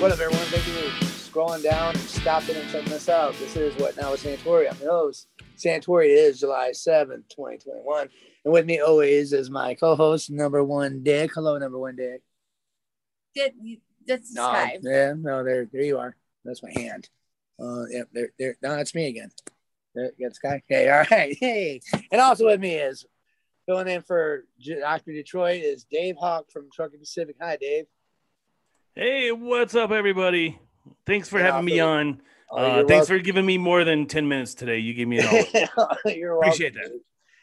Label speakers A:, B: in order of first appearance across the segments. A: What up, everyone? Thank you for scrolling down and stopping and checking us out. This is What Now with Santori. I'm your host, Santori. It is July 7th, 2021. And with me always is my co host, number one Dick. Hello, number one Dick.
B: Did, that's the
A: No,
B: sky.
A: yeah, no, there, there you are. That's my hand. Uh, yep, there, there. No, that's me again. There, you got the sky. Okay, all right. Hey, and also with me is filling in for Doctor Detroit is Dave Hawk from Trucking Pacific. Hi, Dave.
C: Hey, what's up, everybody? Thanks for
A: Yeah,
C: having me
A: so-
C: on.
A: Oh,
C: Uh,
A: you're
C: thanks for giving me more than 10 minutes today. You gave me an hour.
A: You're welcome.
C: Appreciate that.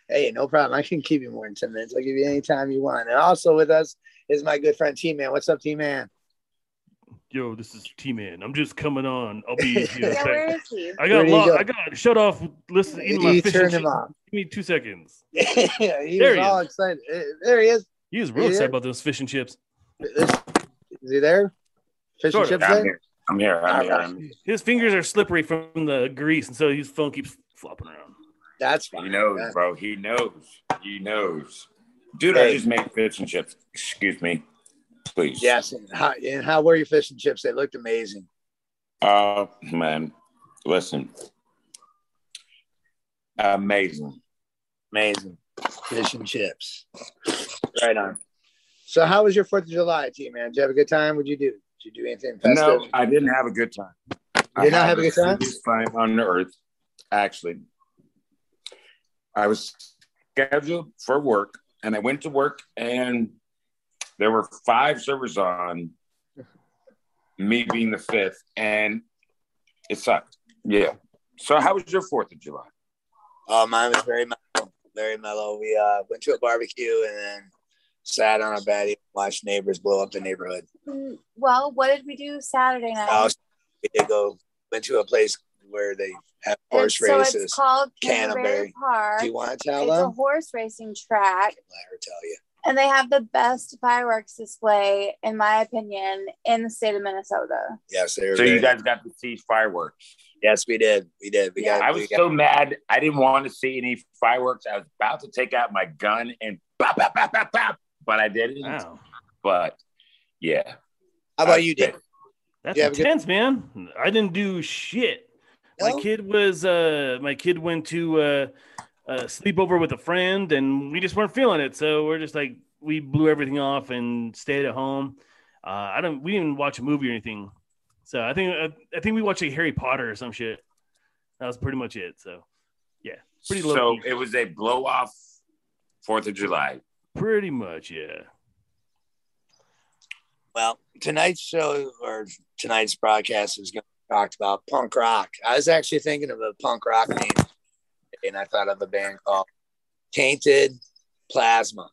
A: Hey, no problem. I can keep you more than 10 minutes. I'll give you any time you want. And also with us is my good friend T Man. What's up, T Man?
C: Yo, this is T Man. I'm just coming on. I'll be here.
B: Yeah,
C: Thanks.
B: where is he?
C: I
A: Where'd
C: got
A: he
C: lost.
A: go?
C: I got shut off. Listen, eating my
A: You
C: fish. and
A: turned
C: chips.
A: him off.
C: Give me two seconds.
A: yeah, he
C: There
A: was
C: he
A: all excited. Eh, There he is.
C: He was real
A: Yeah.
C: excited about those fish and chips.
A: Is he there? Fish
C: Sort
A: and
C: of.
A: chips
D: Yeah,
A: there?
D: I'm here. I'm here. I'm here.
A: All right.
D: I'm here.
C: His fingers are slippery from the grease, and so his phone keeps flopping around.
A: That's fine.
D: He knows,
A: That-
D: bro. He knows. He knows. Dude,
A: Hey.
D: I just make fish and chips. Excuse me, please.
A: Yes. And how, and how were your fish and chips? They looked amazing.
D: Oh man, listen. Amazing.
A: Amazing. Fish and chips. Right on. So, how was your 4th of July, T Man? Did you have a good time? What'd you do? Did you do anything festive?
D: No, I didn't have a good time.
A: You did not have a good time?
D: This time on earth, actually. I was scheduled for work, and I went to work, and there were five servers on. Me being the fifth, and it sucked. Yeah. So, how was your Fourth of July?
A: Oh, mine was very mellow. Very mellow. We uh, went to a barbecue and then sat on a patio, watched neighbors blow up the neighborhood.
B: Mm, Well, what did we do Saturday night?
A: Uh, we did go went to a place where they have
B: And
A: horse
B: so
A: races.
B: it's called
A: Canterbury.
B: Canterbury Park.
A: Do you want to tell
B: It's a
A: them?
B: horse racing track,
A: Let her tell you.
B: and they have the best fireworks display, in my opinion, in the state of Minnesota.
A: Yes, they were
D: So, you
A: very-
D: guys got to see fireworks.
A: Yes, we did. We did. We
B: Yeah.
A: got.
D: I
A: we
D: was
A: got-
D: so mad. I didn't want to see any fireworks. I was about to take out my gun and bop, bop, bop, bop, bop, but I didn't.
C: Wow,
D: But yeah.
A: How about you, Dick?
D: did?
C: that's
A: You have a good-
C: intense, man. I didn't do shit.
A: No?
C: My kid was uh my kid went to uh, uh sleepover with a friend and we just weren't feeling it. So we're just like we blew everything off and stayed at home. Uh I don't we didn't even watch a movie or anything. So I think I, I think we watched like Harry Potter or some shit. That was pretty much it. So Pretty low
D: so
C: key.
D: it was a blow off Fourth of July.
C: pretty much yeah.
A: Well, tonight's show or tonight's broadcast is going to talk about punk rock. I was actually thinking of a punk rock name, and I thought of a band called Tainted Plasma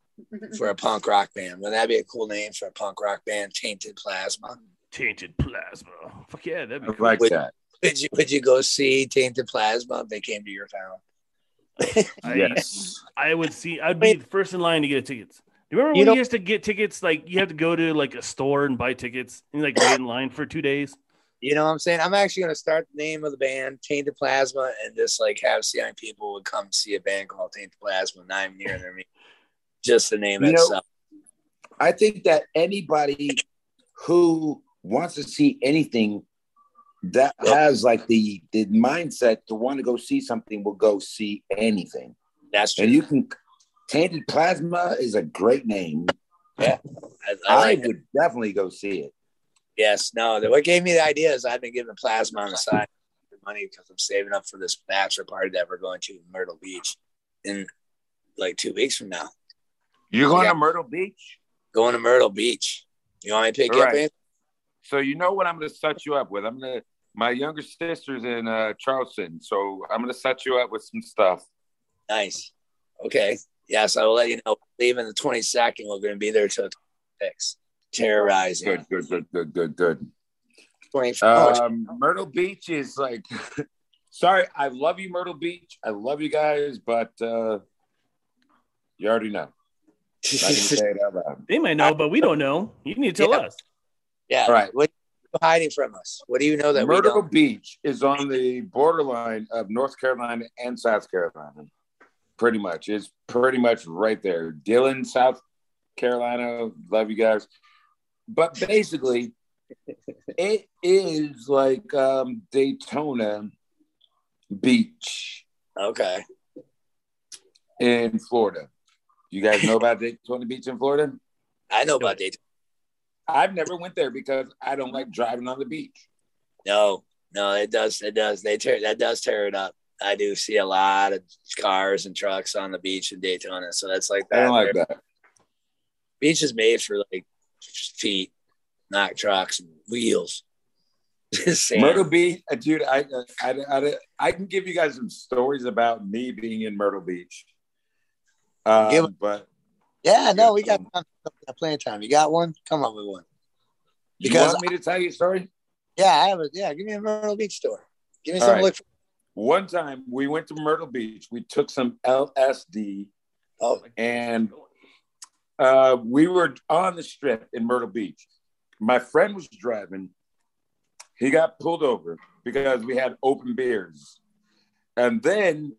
A: for a punk rock band. Wouldn't that be a cool name for a punk rock band? Tainted Plasma.
C: Tainted plasma. Fuck yeah, that'd be
D: I
C: cool.
D: like
A: Wait.
D: that.
A: Would you Would you go see Tainted Plasma if they came to your town?
C: I-
D: yes.
C: I would see. I'd be the first in line to get tickets. Do you remember
A: You
C: when
A: know-
C: you used to get tickets? Like you had to go to like a store and buy tickets and like wait in line for two days.
A: You know what I'm saying? I'm actually going to start the name of the band Tainted Plasma, and just like have see how people would come see a band called Tainted Plasma, and I'm near their meeting. Just the name
D: You know,
A: itself.
D: I think that anybody who wants to see anything that has like the the mindset to want to go see something will go see anything.
A: That's true.
D: And you can Tainted Plasma is a great name.
A: I, I
D: I,
A: like it.
D: would definitely go see it.
A: Yes, no. the- What gave me the idea is I've been giving plasma on the side for money because I'm saving up for this bachelor party that we're going to in Myrtle Beach in like two weeks from now.
D: You're
A: going to
D: Myrtle Beach?
A: Going to Myrtle Beach. You want me to pick you up?
D: Right.
A: Anthony?
D: So you know what I'm gonna set you up with. I'm gonna my younger sister's in uh Charleston, so I'm gonna set you up with some stuff.
A: Nice. Okay. Yes, I will let you know. Leaving the 22nd, we're going to be there till 26. Terrorizing.
D: Good, good, good, good, good, good.
A: 24.
D: Um, Myrtle Beach is like sorry, I love you, Myrtle Beach. I love you guys, but uh you already know. I can say it out loud.
C: They might know, but we don't know. You need to tell
A: Yeah.
C: us.
A: yeah.
D: all right.
A: What are you hiding from us? What do you know that we
D: Myrtle
A: don't?
D: Beach is on the borderline of North Carolina and South Carolina. Pretty much. It's pretty much right there. Dillon, South Carolina. Love you guys. But basically, It is like um, Daytona Beach
A: Okay.
D: in Florida. You guys know about Daytona Beach in Florida?
A: I know about Daytona.
D: I've never went there because I don't like driving on the beach.
A: No, no, it does. It does. They tear that does tear it up. I do see a lot of cars and trucks on the beach in Daytona. So that's like
D: I
A: that.
D: don't like that.
A: Beach is made for like feet, not trucks and wheels. Sand.
D: Myrtle Beach, uh, dude. I, I, I, I can give you guys some stories about me being in Myrtle Beach. Um,
A: Give-
D: but
A: Yeah, no, we got
D: Um,
A: time. We got plenty of time. You got one? Come on with one.
D: you
A: Because-
D: want me to tell you a story?
A: Yeah, I have a yeah, give me a Myrtle Beach store. Give me something
D: right.
A: to look for.
D: One time we went to Myrtle Beach. We took some LSD
A: Oh,
D: and uh, we were on the strip in Myrtle Beach. My friend was driving. He got pulled over because we had open beers. And then,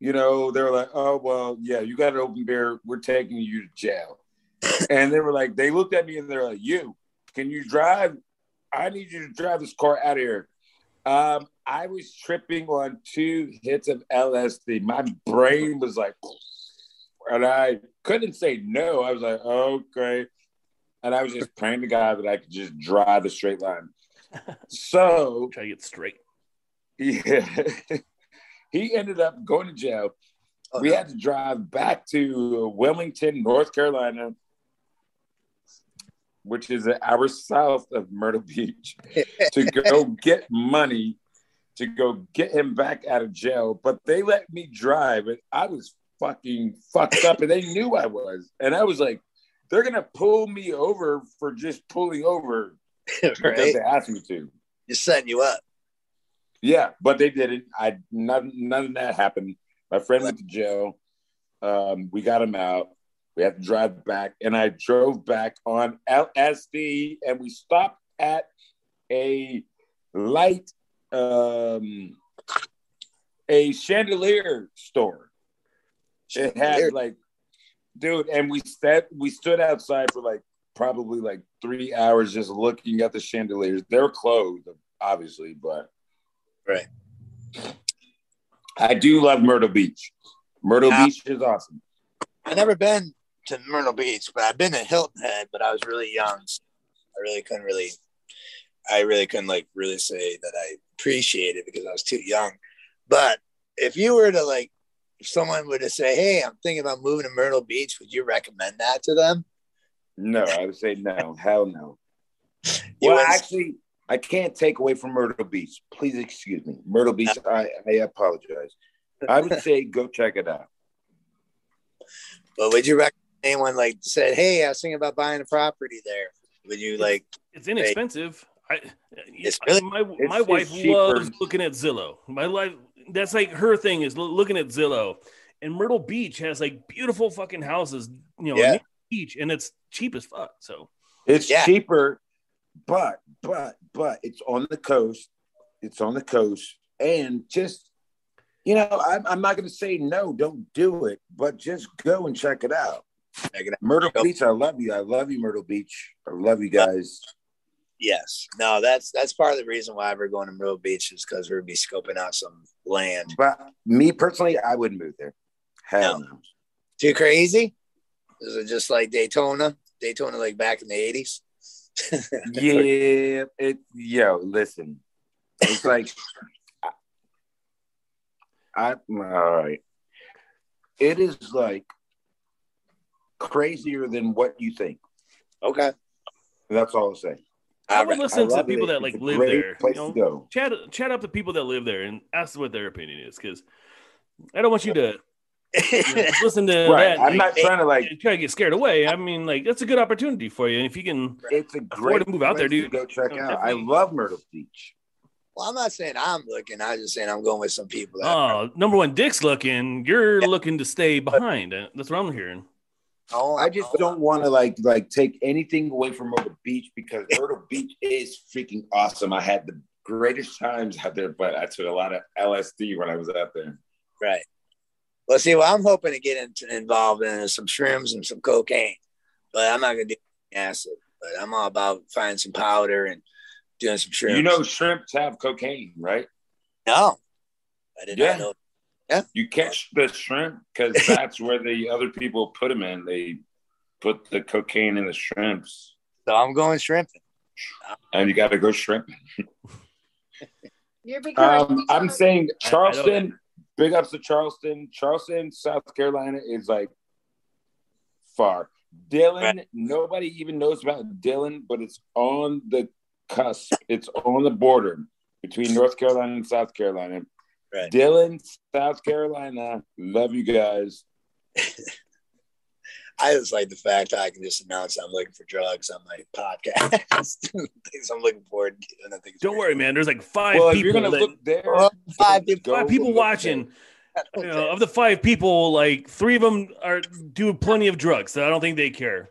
D: you know, they were like, oh, well, yeah, you got an open beer. We're taking you to jail. and they were like, they looked at me and they're like, you, can you drive? I need you to drive this car out of here. Um, I was tripping on two hits of LSD. My brain was like, and I couldn't say no. I was like, okay. And I was just praying to God that I could just drive a straight line. So
C: Try to get straight.
D: yeah, he ended up going to jail.
A: oh,
D: We
A: no.
D: had to drive back to Wilmington, North Carolina, which is an hour south of Myrtle Beach, to go get money to go get him back out of jail. But they let me drive, and I was fucking fucked up, and they knew I was. And I was like, they're going to pull me over for just pulling over because
A: right?
D: they asked me to.
A: Just setting you up.
D: Yeah, but they didn't. I none none of that happened. My friend went to jail. Um, we got him out. We had to drive back, and I drove back on LSD, and we stopped at a light, um, a chandelier store. It had like, dude, and we sat, we stood outside for like probably like three hours just looking at the chandeliers. They were closed, obviously, but
A: Right.
D: I do love Myrtle Beach. Myrtle
A: Yeah.
D: Beach is awesome.
A: I've never been to Myrtle Beach, but I've been to Hilton Head, but I was really young. So I really couldn't really, I really couldn't like really say that I appreciate it because I was too young. But if you were to like, if someone were to say, "Hey, I'm thinking about moving to Myrtle Beach," would you recommend that to them?
D: No, I would say no. Hell no.
A: You
D: well,
A: wouldn't-
D: actually, I can't take away from Myrtle Beach. Please excuse me. Myrtle Beach, I, I apologize. I would say go check it out.
A: But would you recommend anyone like said, "Hey, I was thinking about buying a property there"? Would you like?
C: It's inexpensive. I,
A: It's really-
C: my my
D: it's
C: wife
D: cheaper.
C: loves looking at Zillow. My life that's like her thing is lo- looking at Zillow. And Myrtle Beach has like beautiful fucking houses, you know,
A: Yeah.
C: near the beach, and it's cheap as fuck. So
D: It's
A: Yeah.
D: cheaper, but but but it's on the coast. It's on the coast, and just you know, I'm, I'm not going to say no. Don't do it, but just go and check it out.
A: Check it out.
D: Myrtle
A: Go.
D: Beach, I love you. I love you, Myrtle Beach. I love you guys.
A: Yes. No. That's that's part of the reason why we're going to Myrtle Beach is because we're gonna be scoping out some land.
D: But me personally, I wouldn't move there. Hell no.
A: Too crazy? Is it just like Daytona? Daytona, like back in the eighties.
D: Yeah, it. Yo, listen, it's like I. I'm all right. It is like crazier than what you think.
A: Okay.
D: That's all I'll say.
C: I would
A: All right.
D: I
C: listen to
D: love
C: people
D: it.
C: that like
D: It's a
C: live
D: great
C: there. You
D: Place
C: know,
D: to go.
C: chat chat up the people that live there and ask what their opinion is, because I don't want you to you know, listen to
D: Right.
C: that.
D: I'm
C: and,
D: not trying to like.
C: and try to get scared away. I mean, like that's a good opportunity for you, and if you can,
D: It's a
C: afford
D: great
C: to move out there,
D: place
C: dude.
D: To go check
C: No,
D: out. I
C: definitely.
D: love Myrtle Beach.
A: well, I'm not saying I'm looking. I'm just saying I'm going with some people. That
C: oh, number one, Dick's looking. You're
A: Yeah.
C: looking to stay behind. Uh, That's what I'm hearing.
A: know.
D: I just don't want to like like take anything away from Myrtle Beach because Myrtle Beach is freaking awesome. I had the greatest times out there, but I took a lot of LSD when I was out there.
A: Right. Well, see, well, I'm hoping to get into, involved in some shrooms and some cocaine, but I'm not gonna do acid. but I'm all about finding some powder and doing some shrooms.
D: You know, shrimps have cocaine, right?
A: no, I did
D: Yeah.
A: not know.
D: You catch the shrimp because that's where the other people put them in. They put the cocaine in the shrimps,
A: So I'm going shrimping.
D: and you got to go shrimp.
B: You're becoming.
D: Um, I'm saying
C: I- I know that.
D: Charleston. big ups to Charleston. Charleston, South Carolina is like far. Dylan, nobody even knows about Dylan, but it's on the cusp. It's on the border between North Carolina and South Carolina.
A: Right.
D: Dylan, South Carolina. Love you guys.
A: I just like the fact that I can just announce I'm looking for drugs on my podcast. Things I'm looking forward to. And I think it's
C: Don't
A: great.
C: worry, man. There's like five
D: well, if you're
C: people.
D: gonna
C: that- Oh.
D: look there,
A: Well, five people-
D: go
C: five people
D: look
C: watching.
A: I
C: You
A: don't
C: know,
A: care.
C: of the five people, like three of them are do plenty of drugs, so I don't think they care.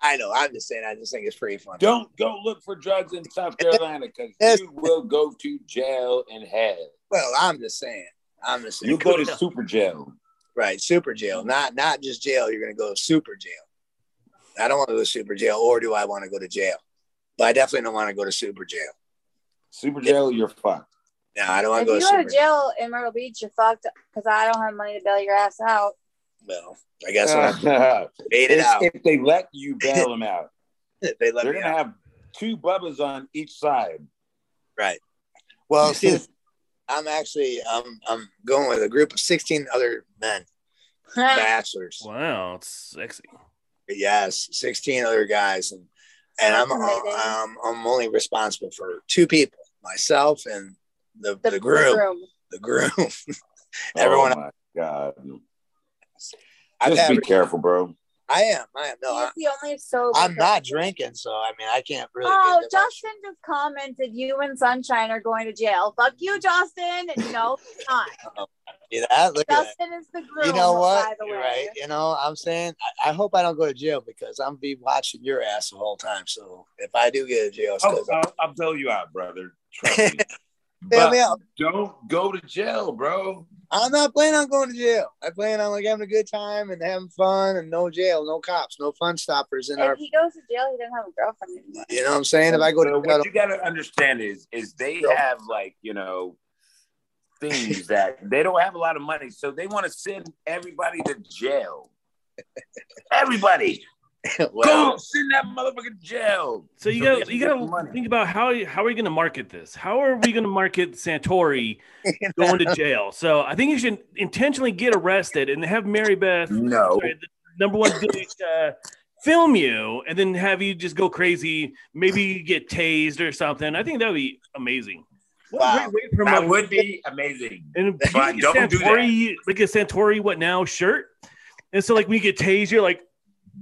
A: I know. I'm just saying. I just think it's pretty fun.
D: there. Don't go look for drugs in South Carolina because
A: Yes.
D: you will go to jail and hell.
A: Well, I'm just saying. I'm just saying.
D: You'll go to super jail.
A: Right, super jail. Not not just jail. You're going to go to super jail. I don't want to go to super jail, or do I want to go to jail? But I definitely don't want to go to super jail.
D: Super jail, you're fucked.
A: No, I don't want to
B: If
A: go
B: you
A: to
B: go
A: super
B: to jail in Myrtle Beach, you're fucked because I don't have money to bail your ass out.
A: Well, I guess I made it out.
D: Uh, if, if they let you bail them out,
A: they let
D: they're
A: me
D: gonna
A: out.
D: have two bubbas on each side.
A: Right. Well, see, I'm actually I'm I'm going with a group of 16 other men, bachelors.
C: Wow, it's sexy.
A: Yes, 16 other guys, and and I'm
B: Fascinating.
A: I'm, I'm only responsible for two people, myself and the the,
B: the
A: groom,
B: room.
A: the groom. Everyone-
D: oh my god,
A: I've
D: just
A: had-
D: be careful, bro.
A: I am. I am. No, I,
B: He's the only sober.
A: I'm not
B: person.
A: drinking, so I mean, I can't really.
B: Oh,
A: get that much.
B: Justin just commented you and Sunshine are going to jail. Fuck you, Justin. No, he's not.
A: See that? Look at that.
B: Justin is the groom.
A: You know what?
B: By the way,
A: You're right. You know, I'm saying I, I hope I don't go to jail because I'm be watching your ass the whole time. So if I do get to jail,
D: Oh,
A: it's 'cause
D: I'll, I'll bail you out, brother. Trust me.
A: Bail me out.
D: don't go to jail, bro.
A: I'm not planning on going to jail. I plan on like having a good time and having fun and no jail, no cops, no fun stoppers in our.
B: if he goes to jail, he doesn't have a girlfriend anymore.
A: You know what I'm saying? If I go to
D: So
A: jail, I
D: what
A: don't-
D: you got to understand is is they
A: Girl.
D: have like you know things that they don't have a lot of money, so they want to send everybody to jail. Everybody,
A: well,
D: go send that motherfucker to jail.
C: So you
D: So
C: got
D: they
C: you
D: get
C: got
D: the
C: to
D: money.
C: think about how you- how are you going to market this? How are we going to market Santori going to jail? So I think you should intentionally get arrested and have Mary Beth,
D: No,
C: sorry, the number one dick, uh, film you, and then have you just go crazy. Maybe you get tased or something. I think that would be amazing.
A: wow.
C: Great way to promote-
D: that would be amazing.
C: And
D: But
C: you get
D: don't do that.
C: Santori, like a Santori what now shirt. And so like when you get tased, you're like,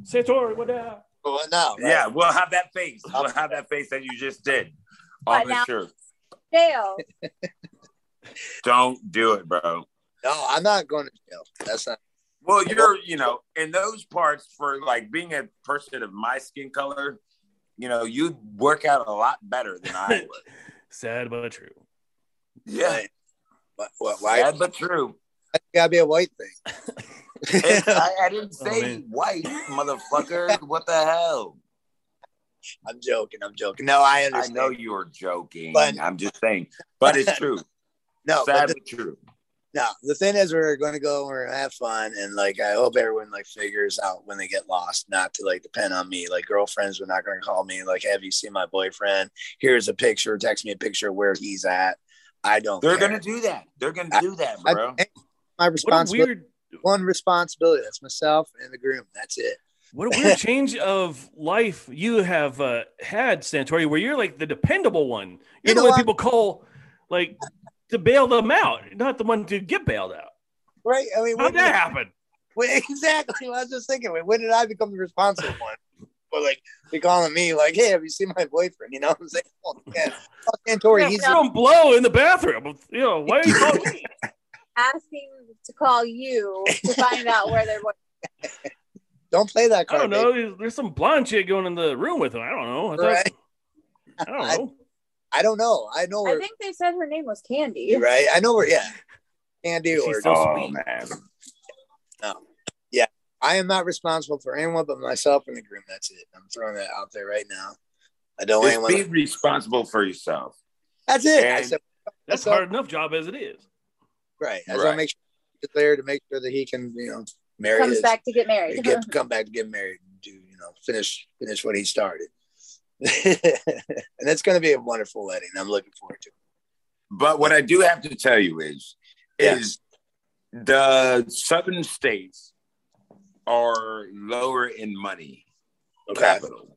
C: Santori, what now?
A: Well, no, right?
D: Yeah, we'll have that face. We'll have that face that you just did
B: But
D: on the
B: now-
D: shirt.
B: Jail.
D: Don't do it, bro.
A: no, I'm not going to jail. That's not.
D: Well, you're, you know, in those parts for like being a person of my skin color, you know, you work out a lot better than I would.
C: Sad but true.
D: Yeah,
A: Right. What, what, why?
D: sad but true.
A: It's gotta be a white thing.
D: It's- I, I didn't
C: Oh,
D: say
C: man.
D: white, motherfucker. What the hell?
A: I'm joking. I'm joking. No, I
D: I
A: understand.
D: know you were joking.
A: But-
D: I'm just saying, but it's true.
A: no, but
D: sad
A: the,
D: but true.
A: no. The thing is, we're going to go. We're going to have fun, and like I hope everyone like figures out when they get lost, not to like depend on me. Like girlfriends were not going to call me. Like, have you seen my boyfriend? Here's a picture. Text me a picture of where he's at. I don't.
D: They're
A: care.
D: gonna do that. They're gonna do that,
A: I-
D: bro.
A: my
C: What a
A: responsibility.
C: weird
A: One responsibility. That's myself and the groom. That's it.
C: What a weird change of life you have uh, had, Santori, where you're like the dependable one.
A: You
C: You're
A: know
C: the one
A: what?
C: people call like to bail them out, not the one to get bailed out.
A: Right. I mean,
C: How'd that happen?
A: Well, exactly. I was just thinking, wait, when did I become the responsible one? But like they calling me, like, hey, have you seen my boyfriend? You know, what I'm saying, oh, yeah. Oh, Santori,
C: He's
A: he's
C: throwing blow in the bathroom. You know, why are you calling me?
B: Asking to call you to find out where they're.
A: don't play that
C: I
A: card.
C: don't know. There's, there's some blonde chick going in the room with him. I don't know. I, thought,
A: Right.
C: I don't know.
A: babe. I don't know. I know
B: I
A: where.
B: think they said her name was Candy.
A: you're right. I know where. Yeah, Andy
C: She's
A: or
C: so-
D: oh
C: sweet.
D: man,
A: I am not responsible for anyone but myself in the groom. That's it. I'm throwing that out there right now. I don't want
D: Just
A: anyone.
D: be responsible for yourself.
A: that's it. I
D: and-
A: said,
C: That's a
A: myself.
C: hard enough job as it is.
A: right. I just
D: Right.
A: want to make sure he's there to make sure that he can, you know, marry
B: Comes
A: his,
B: back to get married.
A: get, come back to get married and do, you know, finish finish what he started. and it's going to be a wonderful wedding. I'm looking forward to it.
D: But what I do have to tell you is,
A: Yeah.
D: is the southern states are lower in money
A: Okay.
D: capital.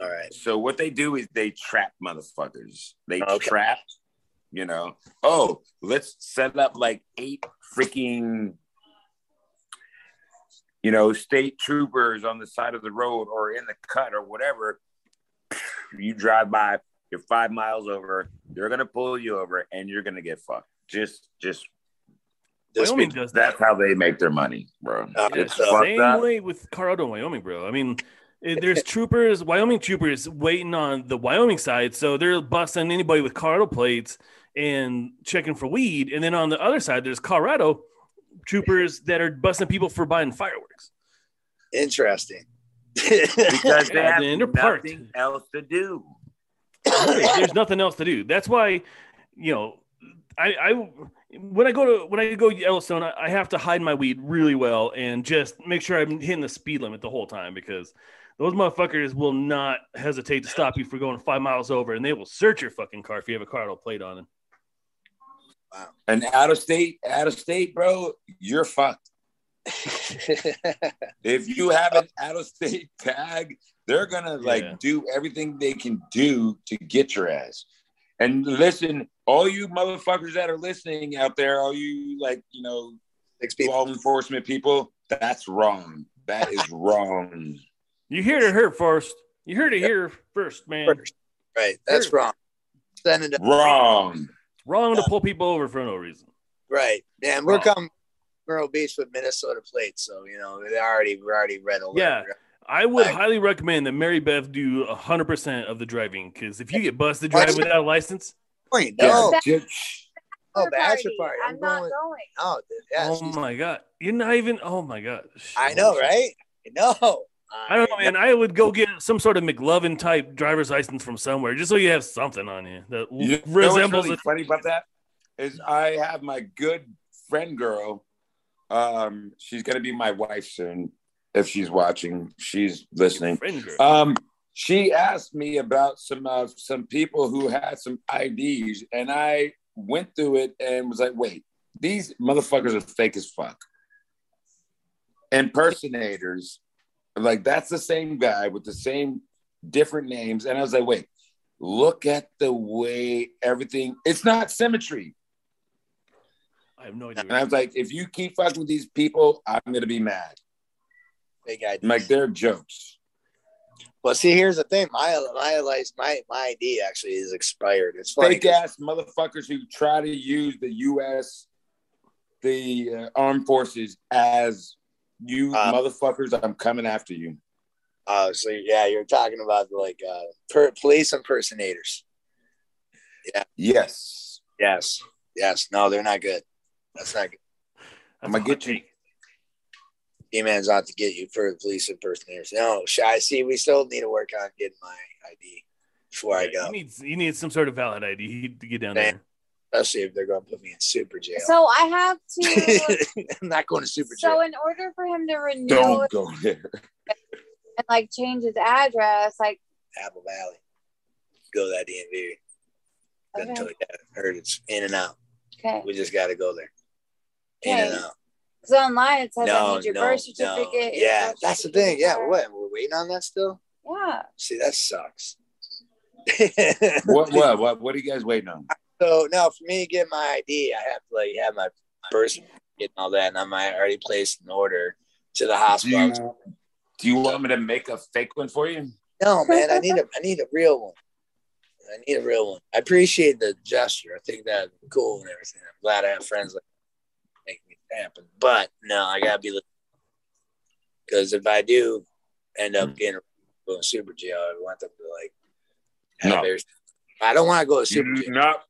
A: All right.
D: So what they do is they trap motherfuckers. They
A: Okay.
D: trap, you know. Oh, let's set up like eight freaking, you know, state troopers on the side of the road or in the cut or whatever. You drive by, you're five miles over. They're gonna pull you over, and you're gonna get fucked. Just, just
A: This
C: Wyoming
A: week-
C: does that.
D: that's how they make their money, bro.
A: Uh,
D: it's
A: so-
D: fucked
C: Same
D: up.
C: way with Colorado and Wyoming, bro. I mean, eh, there's troopers, Wyoming troopers waiting on the Wyoming side, so they're busting anybody with Colorado plates and checking for weed. And then on the other side, there's Colorado troopers that are busting people for buying fireworks.
A: Interesting.
D: because they
C: Yeah,
D: have
C: then
D: nothing
C: they're parked.
D: else to do.
C: there's nothing else to do. That's why, you know, I, I when I go to when I go to Yellowstone, I, I have to hide my weed really well and just make sure I'm hitting the speed limit the whole time because those motherfuckers will not hesitate to stop you for going five miles over, and they will search your fucking car if you have a Colorado plate on it.
D: And out of state, out of state, bro, you're fucked. if you have an out of state tag, they're gonna like
C: Yeah.
D: do everything they can do to get your ass. And listen, all you motherfuckers that are listening out there, all you like, you know,
A: Six people.
D: law enforcement people, that's wrong. That is wrong.
C: You heard it here first. You heard it here first, man.
A: First. Right. That's
C: Sure.
A: wrong. Send it up.
D: wrong.
C: Wrong to pull people over for no reason.
A: Right. And we're
C: Wrong.
A: coming Myrtle Beach with Minnesota plates. So, you know, they already we're already red alert.
C: Yeah. I would
A: Like-
C: highly recommend that Mary Beth do 100% of the driving because if you get busted driving
A: Actually-
C: without a license,
A: Point.
D: Yeah,
A: No,
B: That-
D: just-
A: no,
B: After
A: bachelor party. I'm,
B: I'm, not
A: going.
B: going.
A: No, dude, yeah,
C: oh
A: she's-
C: my god, you're not even. Oh my god,
A: I know, right? I know.
C: I don't know, man. I would go get some sort of McLovin type driver's license from somewhere, just so you have something on you that
D: You know what's
C: resembles
D: really
C: it.
D: funny about that is I have my good friend girl. Um, she's gonna be my wife soon if she's watching. She's listening.
C: Friend group.
D: Um, she asked me about some uh, some people who had some IDs, and I went through it and was like, "Wait, these motherfuckers are fake as fuck." Impersonators, like that's the same guy with the same different names, and I was like, "Wait, look at the way everything. It's not symmetry."
C: I have no idea.
D: And I was like, "If you keep fucking with these people, I'm gonna be mad.
A: Big idea.
D: Like they're jokes."
A: Well, see, here's the thing. My my license, my my ID actually is expired. It's funny.
D: fake ass motherfuckers who try to use the U.S. the uh, armed forces as you
A: Uh,
D: motherfuckers. I'm coming after you.
A: Oh, so yeah, you're talking about like uh, per- police impersonators.
D: Yes,
A: Yes. Yes. No, they're not good. That's not good.
D: I'm gonna get you.
A: D man's out to get you for the police impersonators. No, sh- I see. We still need to work on getting my ID before I
C: You
A: go,
C: need you need some sort of valid ID to get down
A: Man.
C: there.
A: especially if they're going to put me in super jail.
B: So I have to.
A: I'm not going to super
B: so
A: jail.
B: in order for him to renew
D: Don't go there.
B: and like change his address, like
A: Apple Valley, go to that DMV. Been
B: okay,
A: told that. Heard it's in and out.
B: okay.
A: We just got to go there. In and
B: Okay.
A: out.
B: Because online it says I
A: No,
B: need your
A: no,
B: birth
A: no.
B: certificate. your
A: Yeah,
B: social
A: that's the
B: security
A: thing. Yeah,
B: card.
A: what? We're waiting on that still.
B: Yeah.
A: See, that sucks.
D: What? What? What? What are you guys waiting on?
A: So now for me to get my ID, I have to like have my birth certificate and all that, and I'm I already placed an order to the
D: Do
A: hospital.
D: you, do you want me to make a fake one for you?
A: No, man, I need a I need a real one. I need a real one. I appreciate the gesture. I think that's cool and everything. I'm glad I have friends like make me happen. But no, I gotta be because if I do end up getting going to super jail, I want them to like have
D: No. Mm-hmm.
A: everything. I don't want to go to super
D: Do
A: jail.
D: Not.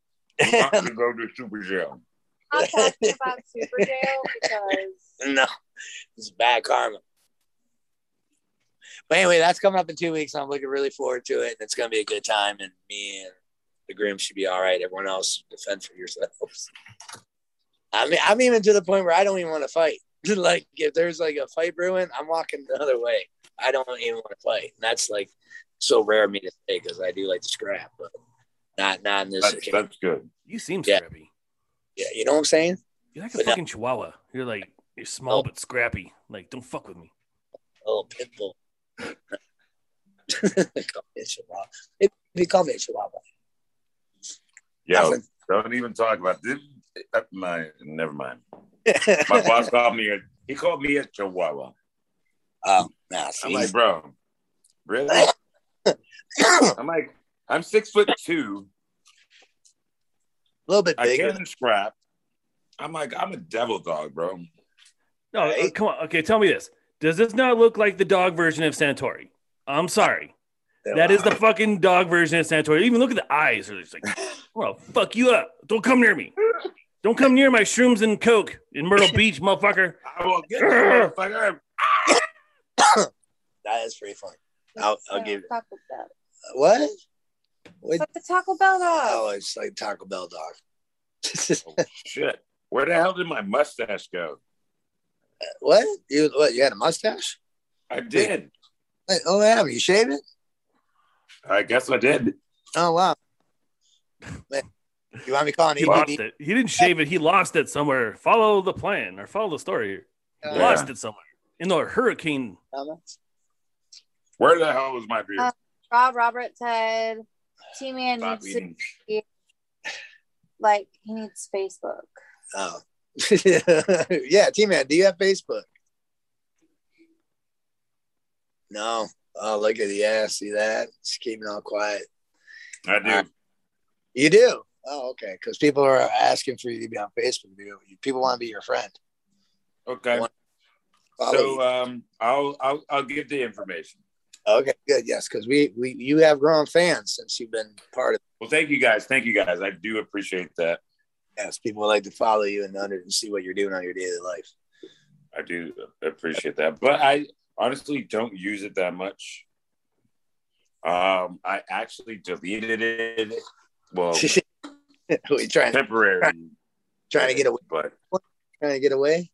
D: not gonna go to super jail.
B: I'm talking about super jail because
A: No, it's bad karma. But anyway, that's coming up in two weeks. I'm looking really forward to it. It's going to be a good time, and me and the groom should be all right. Everyone else, defend for yourselves. I mean, I'm even to the point where I don't even want to fight. like, if there's like a fight brewing, I'm walking the other way. I don't even want to fight. And that's like so rare of me to say because I do like to scrap, but not not in this.
D: That's,
A: occasion.
D: that's good.
C: You seem
A: Yeah.
C: scrappy.
A: Yeah, you know what I'm saying?
C: You're like a
A: But no.
C: fucking chihuahua. You're like you're small
A: Oh.
C: but scrappy. Like don't fuck with me.
A: Oh, pit bull. call me a chihuahua. It, they call me a chihuahua.
D: Yo,
A: Nothing.
D: don't even talk about this. uh, My, never mind. My boss called me. A, he called me a chihuahua.
A: oh, nah,
D: I'm
A: see?
D: like, bro, really?
A: a
D: I'm like, I'm six foot two.
A: little bit
D: I
A: bigger.
D: can scrap. I'm like, I'm a devil dog, bro.
C: No, uh,
A: Right?
C: come on. Okay, tell me this. Does this not look like the dog version of Santori? I'm sorry. That is the fucking dog version of Santori. Even look at the eyes. They're just like, well, fuck you up. Don't come near me. Don't come near my shrooms and coke in Myrtle Beach, motherfucker.
D: I will get you, motherfucker.
A: That is pretty funny. I'll- I'll
B: So,
A: give it-
B: uh, Taco Bell.
A: What? What?
B: But the Taco Bell dog.
A: Oh, it's like Taco Bell dog.
D: Oh, shit. Where the hell did my mustache go?
A: what? You what? You had a mustache?
D: I did.
A: Wait, oh, yeah. You shaved it?
D: I guess I did.
A: Oh, wow. Man, you want me calling
C: He lost it. He didn't shave it. He lost it somewhere. Follow the plan or follow the story here. He
D: Yeah.
C: Lost it somewhere in the hurricane.
D: Where the hell was my beard?
B: Uh, Rob Robert said, T Man
D: Stop
B: needs to,
D: eating.
B: like, he needs Facebook.
A: Oh. yeah, T Man, do you have Facebook? No. Oh, look at the ass. See that? It's keeping all quiet.
D: I do.
A: Uh, You do? Oh, okay. Because people are asking for you to be on Facebook. dude. People want to be your friend.
D: okay.
A: one- Follow
D: So um, I'll, I'll I'll give the information.
A: you. okay, good. Yes, because we, we you have grown fans since you've been part of
D: Well, thank you guys. Thank you guys. I do appreciate that.
A: Yes, people like to follow you and under and see what you're doing on your daily life.
D: I do appreciate that, but I honestly don't use it that much. Um, I actually deleted it. Well,
A: we trying
D: temporarily,
A: trying to get away.
D: but
A: Trying to get away.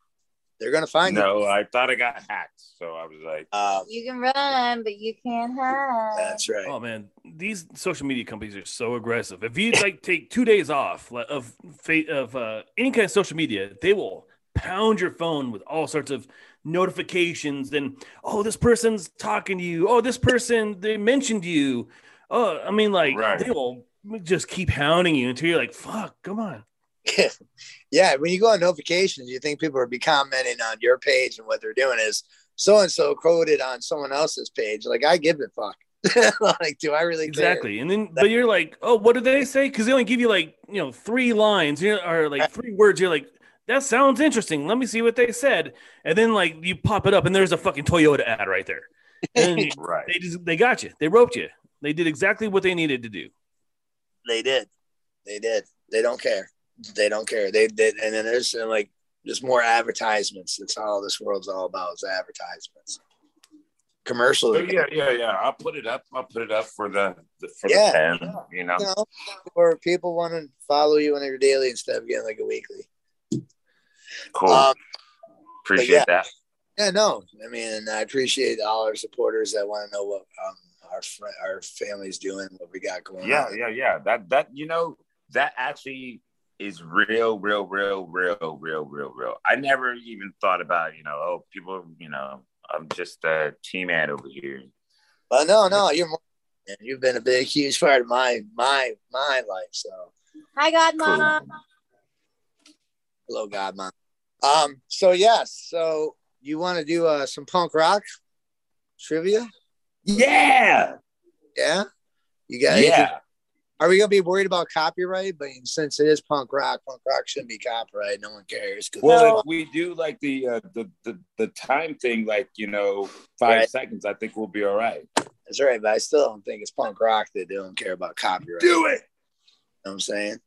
A: They're gonna find you.
D: no, I thought I got hacked, so I was like,
A: Um,
B: You can run, but you can't hide.
A: that's right.
C: Oh man, these social media companies are so aggressive. If you like take two days off like, of fa- of uh, any kind of social media, they will pound your phone with all sorts of notifications. And oh, this person's talking to you. Oh, this person they mentioned you. Oh, I mean, like
D: Right.
C: they will just keep hounding you until you're like, "Fuck, come on."
A: yeah, when you go on notifications, you think people are be commenting on your page, and what they're doing is so and so quoted on someone else's page. Like, I give a fuck. like, do I really care?
C: Exactly. And then, but you're like, oh, what did they say? Because they only give you like, you know, three lines you know, or like three words. You're like, that sounds interesting. Let me see what they said. And then, like, you pop it up and there's a fucking Toyota ad right there. And
D: right,
C: they just, they got you. They roped you. They did exactly what they needed to do.
A: They did. They did. They don't care. They don't care. They did. And then there's uh, like just more advertisements. That's all this world's all about is advertisements. Commercials.
D: so yeah, yeah, yeah. I'll put it up. I'll put it up for the, the for
A: Yeah.
D: the pen, you know.
A: You know, or people want to follow you on your daily instead of getting like a weekly.
D: Cool.
A: Um,
D: appreciate
A: yeah.
D: that.
A: Yeah, no. I mean, and I appreciate all our supporters that want to know what um, our fr- our family's doing, what we got going
D: Yeah,
A: on.
D: yeah, yeah. That that you know that actually is real, real, real, real, real, real, real. I never even thought about you know oh people you know I'm just a team ad over here.
A: But no, no, you're more, and you've been a big, huge part of my my my life. So
B: Hi, Godmom.
A: hello, Godmom. Um. So yes. So you want to do uh, some punk rock trivia?
D: Yeah,
A: Yeah. You
D: yeah.
A: got? anything- Are we gonna be worried about copyright? But since it is punk rock, punk rock shouldn't be copyright. No one cares. 'cause-
D: Well, if we do like the, uh, the the the time thing, like you know five
A: Right.
D: seconds, I think we'll be all right.
A: That's right, but I still don't think it's punk rock that they don't care about copyright. You know
D: Do it.
A: what I'm saying?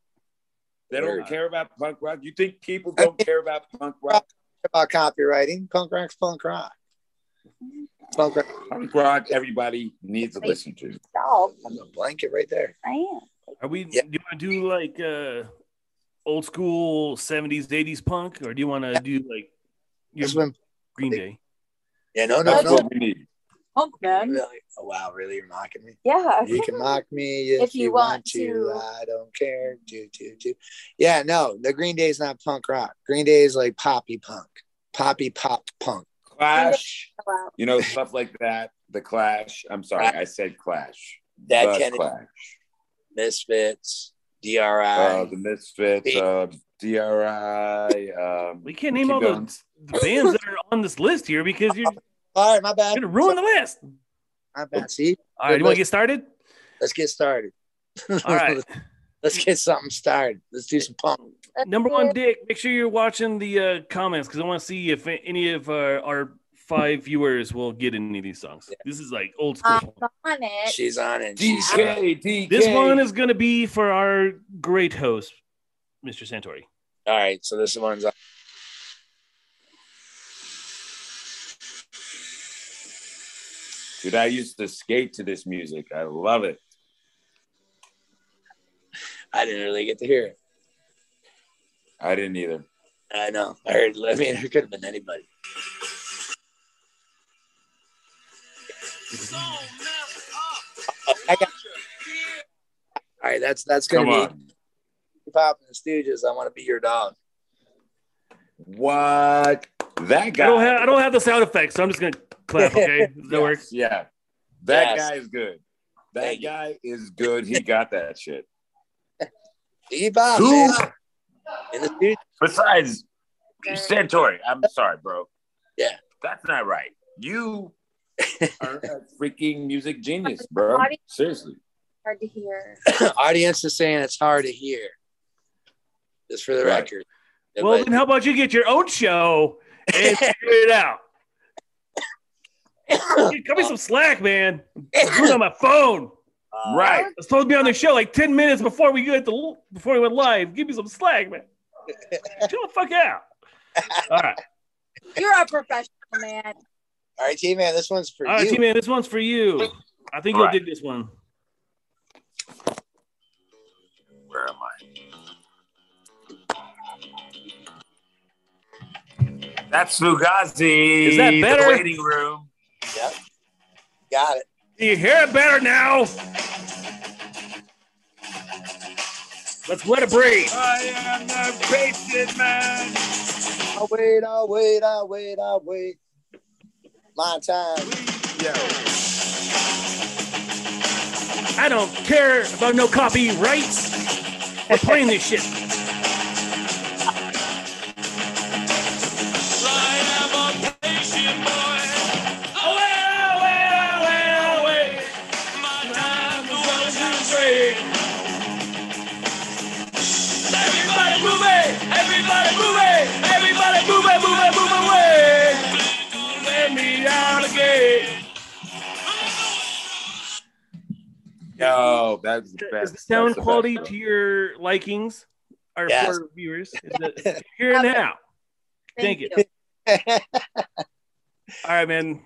D: They
A: Word.
D: don't care about punk rock. You think people don't care about punk rock?
A: About copywriting, punk rock's punk rock. Punk rock.
D: Punk rock, everybody needs to listen to.
B: Dog.
A: I'm a blanket right there.
B: I am.
C: Are we?
A: Yeah.
C: Do you want to do like uh, old school '70s, '80s punk, or do you want to do like your
A: That's when,
C: Green Day?
A: yeah, no, no,
D: That's
A: no.
D: what we need.
B: Punk man.
A: Really? Oh, wow, really? You're mocking me?
B: Yeah.
A: You can mock me if, you, want, to. I don't care. Do, do, do. Yeah, no, the Green Day is not punk rock. Green Day is like poppy punk, poppy pop punk.
D: Clash,
B: Wow.
D: you know, stuff like that. The Clash. I'm sorry, I said Clash.
A: Dead
D: the
A: Kennedy,
D: Clash.
A: Misfits, DRI.
D: Uh, the Misfits, uh, DRI. Um,
C: We can't name
D: keep
C: all
D: going.
C: the, the bands that are on this list here because you're
A: All right, my bad.
C: going to ruin the list.
A: My bad. See,
C: All right, you want to get started?
A: let's get started.
C: All right.
A: let's get something started. Let's do some punk.
B: That's
C: Number one,
B: it.
C: Dick, make sure you're watching the uh, comments because I want to see if any of our, our five viewers will get any of these songs. This is like old school.
B: I'm on it.
A: She's on it. She's on.
D: DK, DK.
C: This one is going to be for our great host, Mr. Santori.
A: All right, so this one's on.
D: Dude, I used to skate to this music. I love it.
A: I didn't really get to hear it.
D: I didn't either.
A: I know. I heard. I mean, it could have been anybody. I got. All right, that's that's gonna
D: Come
A: be
D: on.
A: Pop and the Stooges. I want to be your dog.
D: What? That guy.
C: I don't have I don't have the sound effects, so I'm just going to clap. Okay, Does that
D: Yes,
C: work?
D: Yeah. That
A: Yes.
D: guy is good. That
A: Thank you.
D: guy is good. He got that shit.
A: Bebop,
D: Who?
A: man. And the Stooges.
D: Besides Santori, I'm sorry, bro.
A: Yeah.
D: That's not right. You are a freaking music genius, bro.
B: Audience-
D: Seriously.
B: Hard to hear.
A: audience is saying it's hard to hear. Just for the
D: Right.
A: record.
C: Well,
A: But-
C: then how about you get your own show and figure it out? Dude, cut me some slack, man. I'm doing it on my phone.
A: Uh,
D: right.
C: It's supposed to be on the show like 10 minutes before we get the before we went live. Give me some slack, man. Chill the fuck out. All right.
B: You're a professional man.
A: All right, T man, this one's for
C: All right,
A: you.
C: T-Man, this one's for you. I think you'll
D: Right.
C: dig this one.
D: Where am I? That's Fugazi.
C: Is that better?
D: The waiting room.
A: Yep. Got it.
C: Do you hear it better now? Let's let it breathe.
D: I am the patient man.
A: I'll wait, I'll wait, I'll wait, I'll wait. My time.
D: Yo,
C: I don't care about no copyrights. We're playing this shit.
D: yo, that's the
C: Is
D: best.
C: the sound
D: That's the
C: quality
D: best,
C: to your likings or
A: Yes.
C: for viewers? Is it here and now?
B: Thank,
C: Thank you.
B: you.
C: All right, man.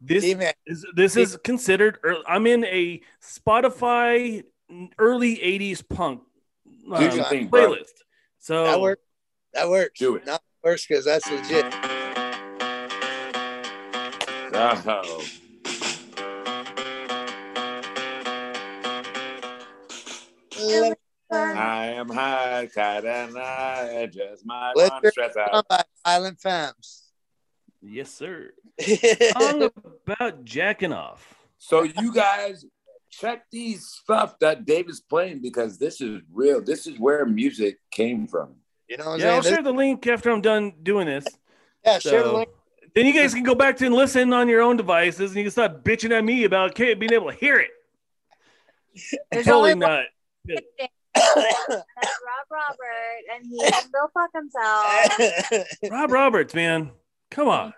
C: This
A: T man,
C: is this is considered. ear- I'm in a Spotify early '80s punk
D: bro.
C: um,
D: Do your thing, bro.
C: playlist. So
A: that works. That works.
D: Do it.
A: No, works because that's legit.
D: Oh.
A: Let
D: I am high, tight, and I just my
A: Let's
D: mind stress
A: me
D: out.
A: come by Island Femmes.
C: yes, sir.
A: yeah,
C: Song about jacking off.
D: So you guys check these stuff that Dave is playing because this is real. This is where music came from.
A: You know what I'm
C: yeah, I'll
A: saying?
C: share the link after I'm done doing this.
A: yeah, share the
C: So-
A: link.
C: Then you guys can go back to and listen on your own devices, and you can stop bitching at me about can't being able to hear it.
B: There's
C: totally
B: only one
C: not.
B: good thing. That's Rob Robert, and he can go fuck himself.
C: Rob Roberts, man, come on.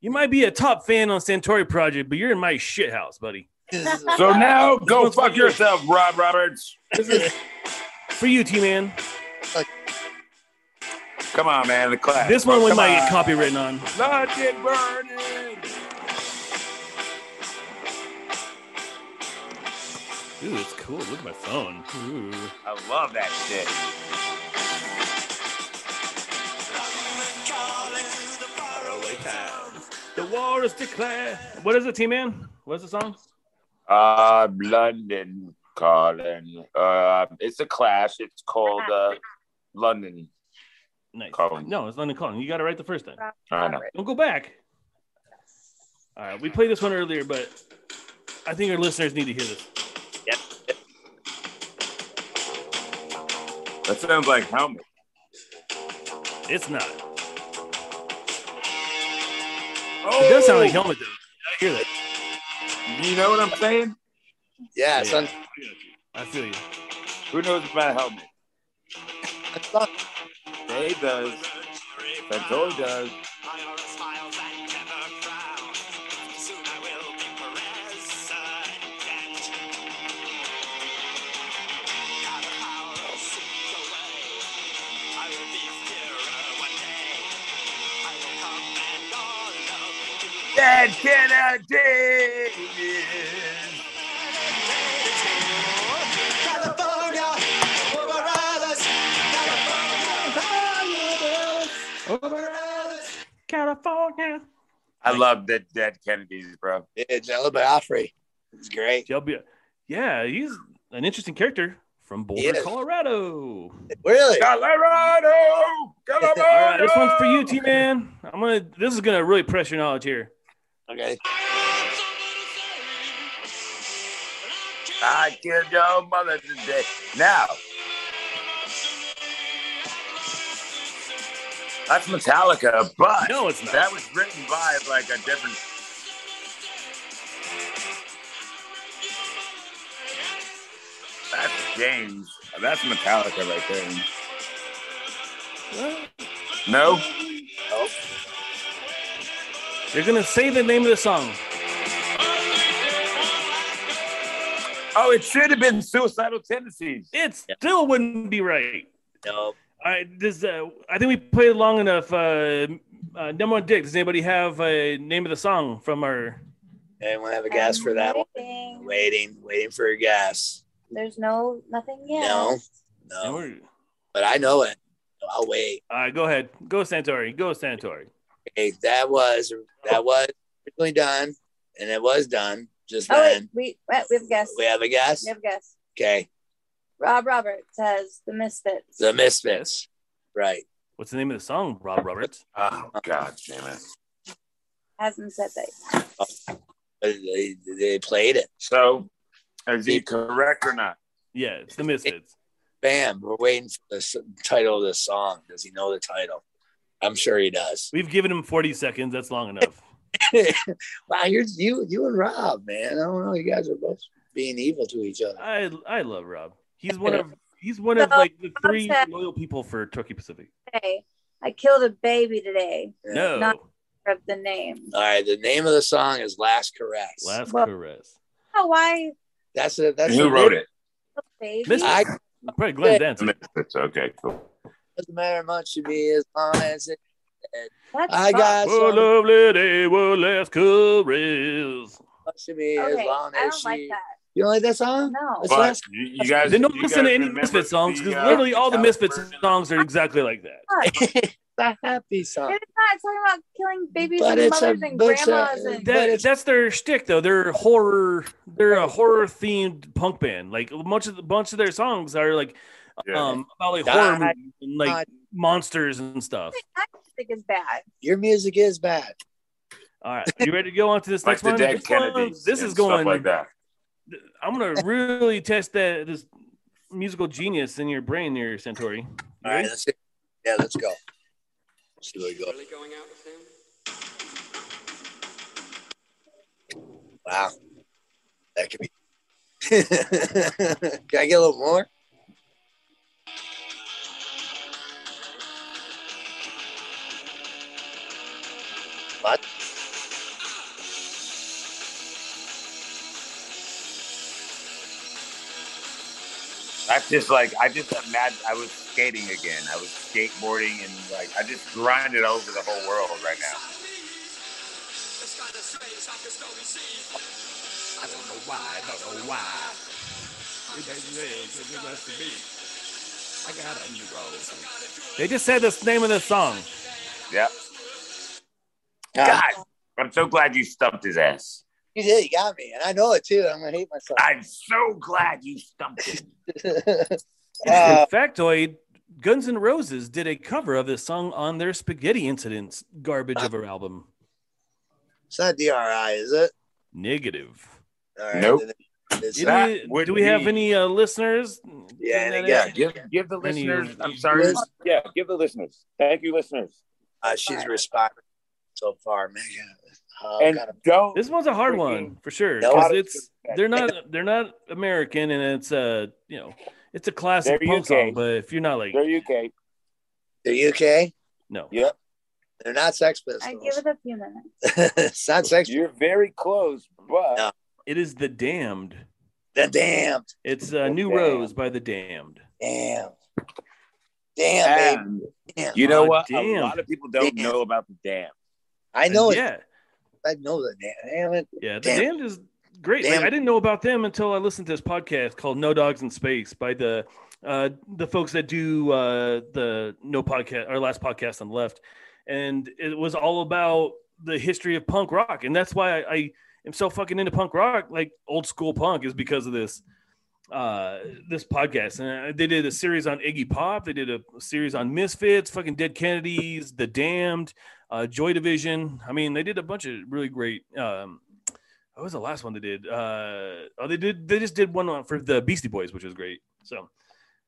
C: You might be a top fan on Santori Project, but you're in my shit house, buddy.
D: So now go
C: one's for
D: fuck
C: you.
D: yourself, Rob Roberts.
A: this is
C: For you, T Man.
D: Come on, man, the class.
C: This one we
D: Come
C: might
D: on.
C: get copywritten on.
D: Logic burning.
C: Ooh, it's cool. Look at my phone. Ooh.
D: I love that shit.
C: The war is declared. What is it, T Man? What is the song?
D: Uh, London calling. Uh, it's a clash. It's called uh, London.
C: Nice.
D: Calling.
C: No, it's London Calling. You got it right the first time.
D: I know.
C: Don't go back. All right, we played this one earlier, but I think our listeners need to hear this.
D: That sounds like helmet.
C: It's not. It does sound like Helmet, though. I hear that.
D: Oh, You know what I'm saying?
A: Yeah,
C: Yeah.
A: Son,
C: I feel you.
D: Who knows about helmet?
A: son-
D: Dave does. Fentori does. That can I dig
C: California.
D: I love that Dead Kennedys, bro.
A: yeah, Jello Biafri. It's great.
C: JLB. Yeah, he's an interesting character from Boulder,
A: is.
C: Colorado.
A: Really?
D: Colorado! Colorado!
C: All right, this one's for you, T Man. I'm gonna. This is gonna really press your knowledge here.
A: Okay.
D: I killed your mother today. Now. That's Metallica, but
C: No, it's not.
D: that was written by like a different. That's James. That's Metallica right there. No,
C: They're gonna say the name of the song.
D: oh, it should have been Suicidal Tendencies.
C: It still wouldn't be right.
A: No.
C: All right, does uh, I think we played long enough. Uh, uh, number one, Dick. Does anybody have a name of the song from our?
A: Anyone have a guess for that one?
B: one.
A: Waiting, waiting for a guess.
B: There's no nothing yet.
A: No. No, but I know it. I'll wait.
C: All right, go ahead. Go Santori. Go Santori.
A: Okay, that was that was originally done, and it was done just
B: Oh wait,
A: then.
B: we wait, we have guests.
A: We have a guess.
B: We have guests.
A: Okay,
B: Rob Robert says the Misfits.
A: the Misfits. Right.
C: What's the name of the song, Rob Roberts?
D: Oh God, damn it!
B: Hasn't said that.
A: But They, they played it.
D: So, is he correct or not?
C: Yeah, it's the Misfits.
A: Bam. We're waiting for the s- title of the song. Does he know the title? I'm sure he does.
C: We've given him 40 seconds. That's long enough.
A: wow, you're you you and Rob, man. I don't know. You guys are both being evil to each other.
C: I I love Rob. He's one of he's one of
B: No,
C: like the three
B: said-
C: loyal people for Turkey Pacific.
B: Hey, I killed a baby today.
C: No,
B: Not- Of the name.
A: All right. The name of the song is Last Caress.
C: last
B: Well-
C: caress.
B: Oh, why
A: That's it. That's
D: Who
A: a-
D: wrote it?
B: a baby?
C: Misfits.
A: I
C: Probably Glenn Danzig.
D: It's okay, cool.
A: doesn't matter much to me as long as it,
B: That's
A: I
B: fun.
A: got so
C: Oh, lovely day, oh, last caress.
A: much to me as
B: Okay,
A: long
B: I
A: as
B: don't
A: she.
B: like that.
A: You don't like that song?
B: No.
A: It's
D: But
A: last-
D: you, you guys,
C: Then don't
D: you
C: listen to
D: guys
C: any
D: remember
C: Misfits songs because
D: the, uh,
C: literally all the
D: Metallica
C: Misfits
D: version?
C: songs are exactly like that.
A: the happy song.
B: It's not talking about killing babies
A: But
B: and
A: it's a- uh,
B: mothers and
A: but it's a-
B: grandmas and
A: But
C: That,
A: it's-
C: that's their shtick, though. They're horror. They're a horror themed punk band. Like much of the bunch of their songs are like
D: Yeah.
C: um about like
A: Die.
C: horror movies and like
A: God,
C: monsters and stuff.
B: I think it's bad.
A: your music is bad.
C: All right, you ready to go on to this
D: like
C: next
D: the
C: one?
D: dead
C: This one-
D: Kennedys.
C: this
D: and
C: is going
D: stuff like that.
C: I'm gonna really test that this musical genius in your brain, here, Centauri. You
A: All right,
C: ready?
A: let's see. Yeah, let's go. Let's see where we go. Wow, that could be. Can I get a little more? What?
D: That's just like I just imagine I was skating again. I was skateboarding and like I just grinded over the whole world right now.
E: I don't know why, I don't know why.
C: They just said the name of the song.
D: Yeah.
A: God,
D: God, I'm so glad you stumped his ass.
A: you did. You got me. And I know it too. I'm going to hate myself.
D: I'm so glad you stumped him.
A: Uh,
C: In factoid, Guns N' Roses did a cover of this song on their Spaghetti Incidents garbage of her album.
A: it's not DRI, is it?
C: Negative.
A: All right.
D: Nope.
A: then it is
C: Do
A: not.
D: That
C: we,
D: would
C: do we have
D: be-
C: any uh, listeners?
A: Yeah, and
C: That
A: again,
D: Yeah, give give the
C: Then you-
D: listeners. I'm sorry.
A: Liz-
D: Yeah, give the listeners. Thank you, listeners.
A: Uh, she's responded so far, man. Uh,
D: And
A: gotta-
D: don't
C: Oh, This one's a hard
D: Freaking
C: one for sure.
A: No,
C: 'cause
D: I-
C: it's they're not they're not American, and it's a you know it's a classic
D: They're
C: punk
D: UK.
C: song. But if you're not like
D: they're UK.
A: they're UK.
C: no,
D: Yeah,
A: They're not Sex
B: I
A: Pistols.
B: give it a few minutes.
A: it's not Sex.
D: you're very close, but
A: No.
C: it is the Damned.
A: The damn,
C: It's uh,
D: The
C: New
D: Damned.
C: Rose by the Damned.
A: damn, damn, baby.
D: and
A: Damn.
D: you know
C: Oh,
D: what?
C: damn.
D: A lot of people don't
A: Damn.
D: know about the dam.
A: I know it.
C: yeah,
A: I know the damn. Damn it.
C: yeah. The
A: Damn.
C: Damned is great. Like,
A: Damn.
C: I didn't know about them until I listened to this podcast called No Dogs in Space by the uh, the folks that do uh, the No Podcast our last podcast on the left, and it was all about the history of punk rock, and that's why I, I am so fucking into punk rock, like old school punk, is because of this uh this podcast and uh, they did a series on iggy pop they did a series on misfits fucking dead kennedys the damned uh joy division i mean they did a bunch of really great um what was the last one they did uh oh they did they just did one on for the beastie boys which was great so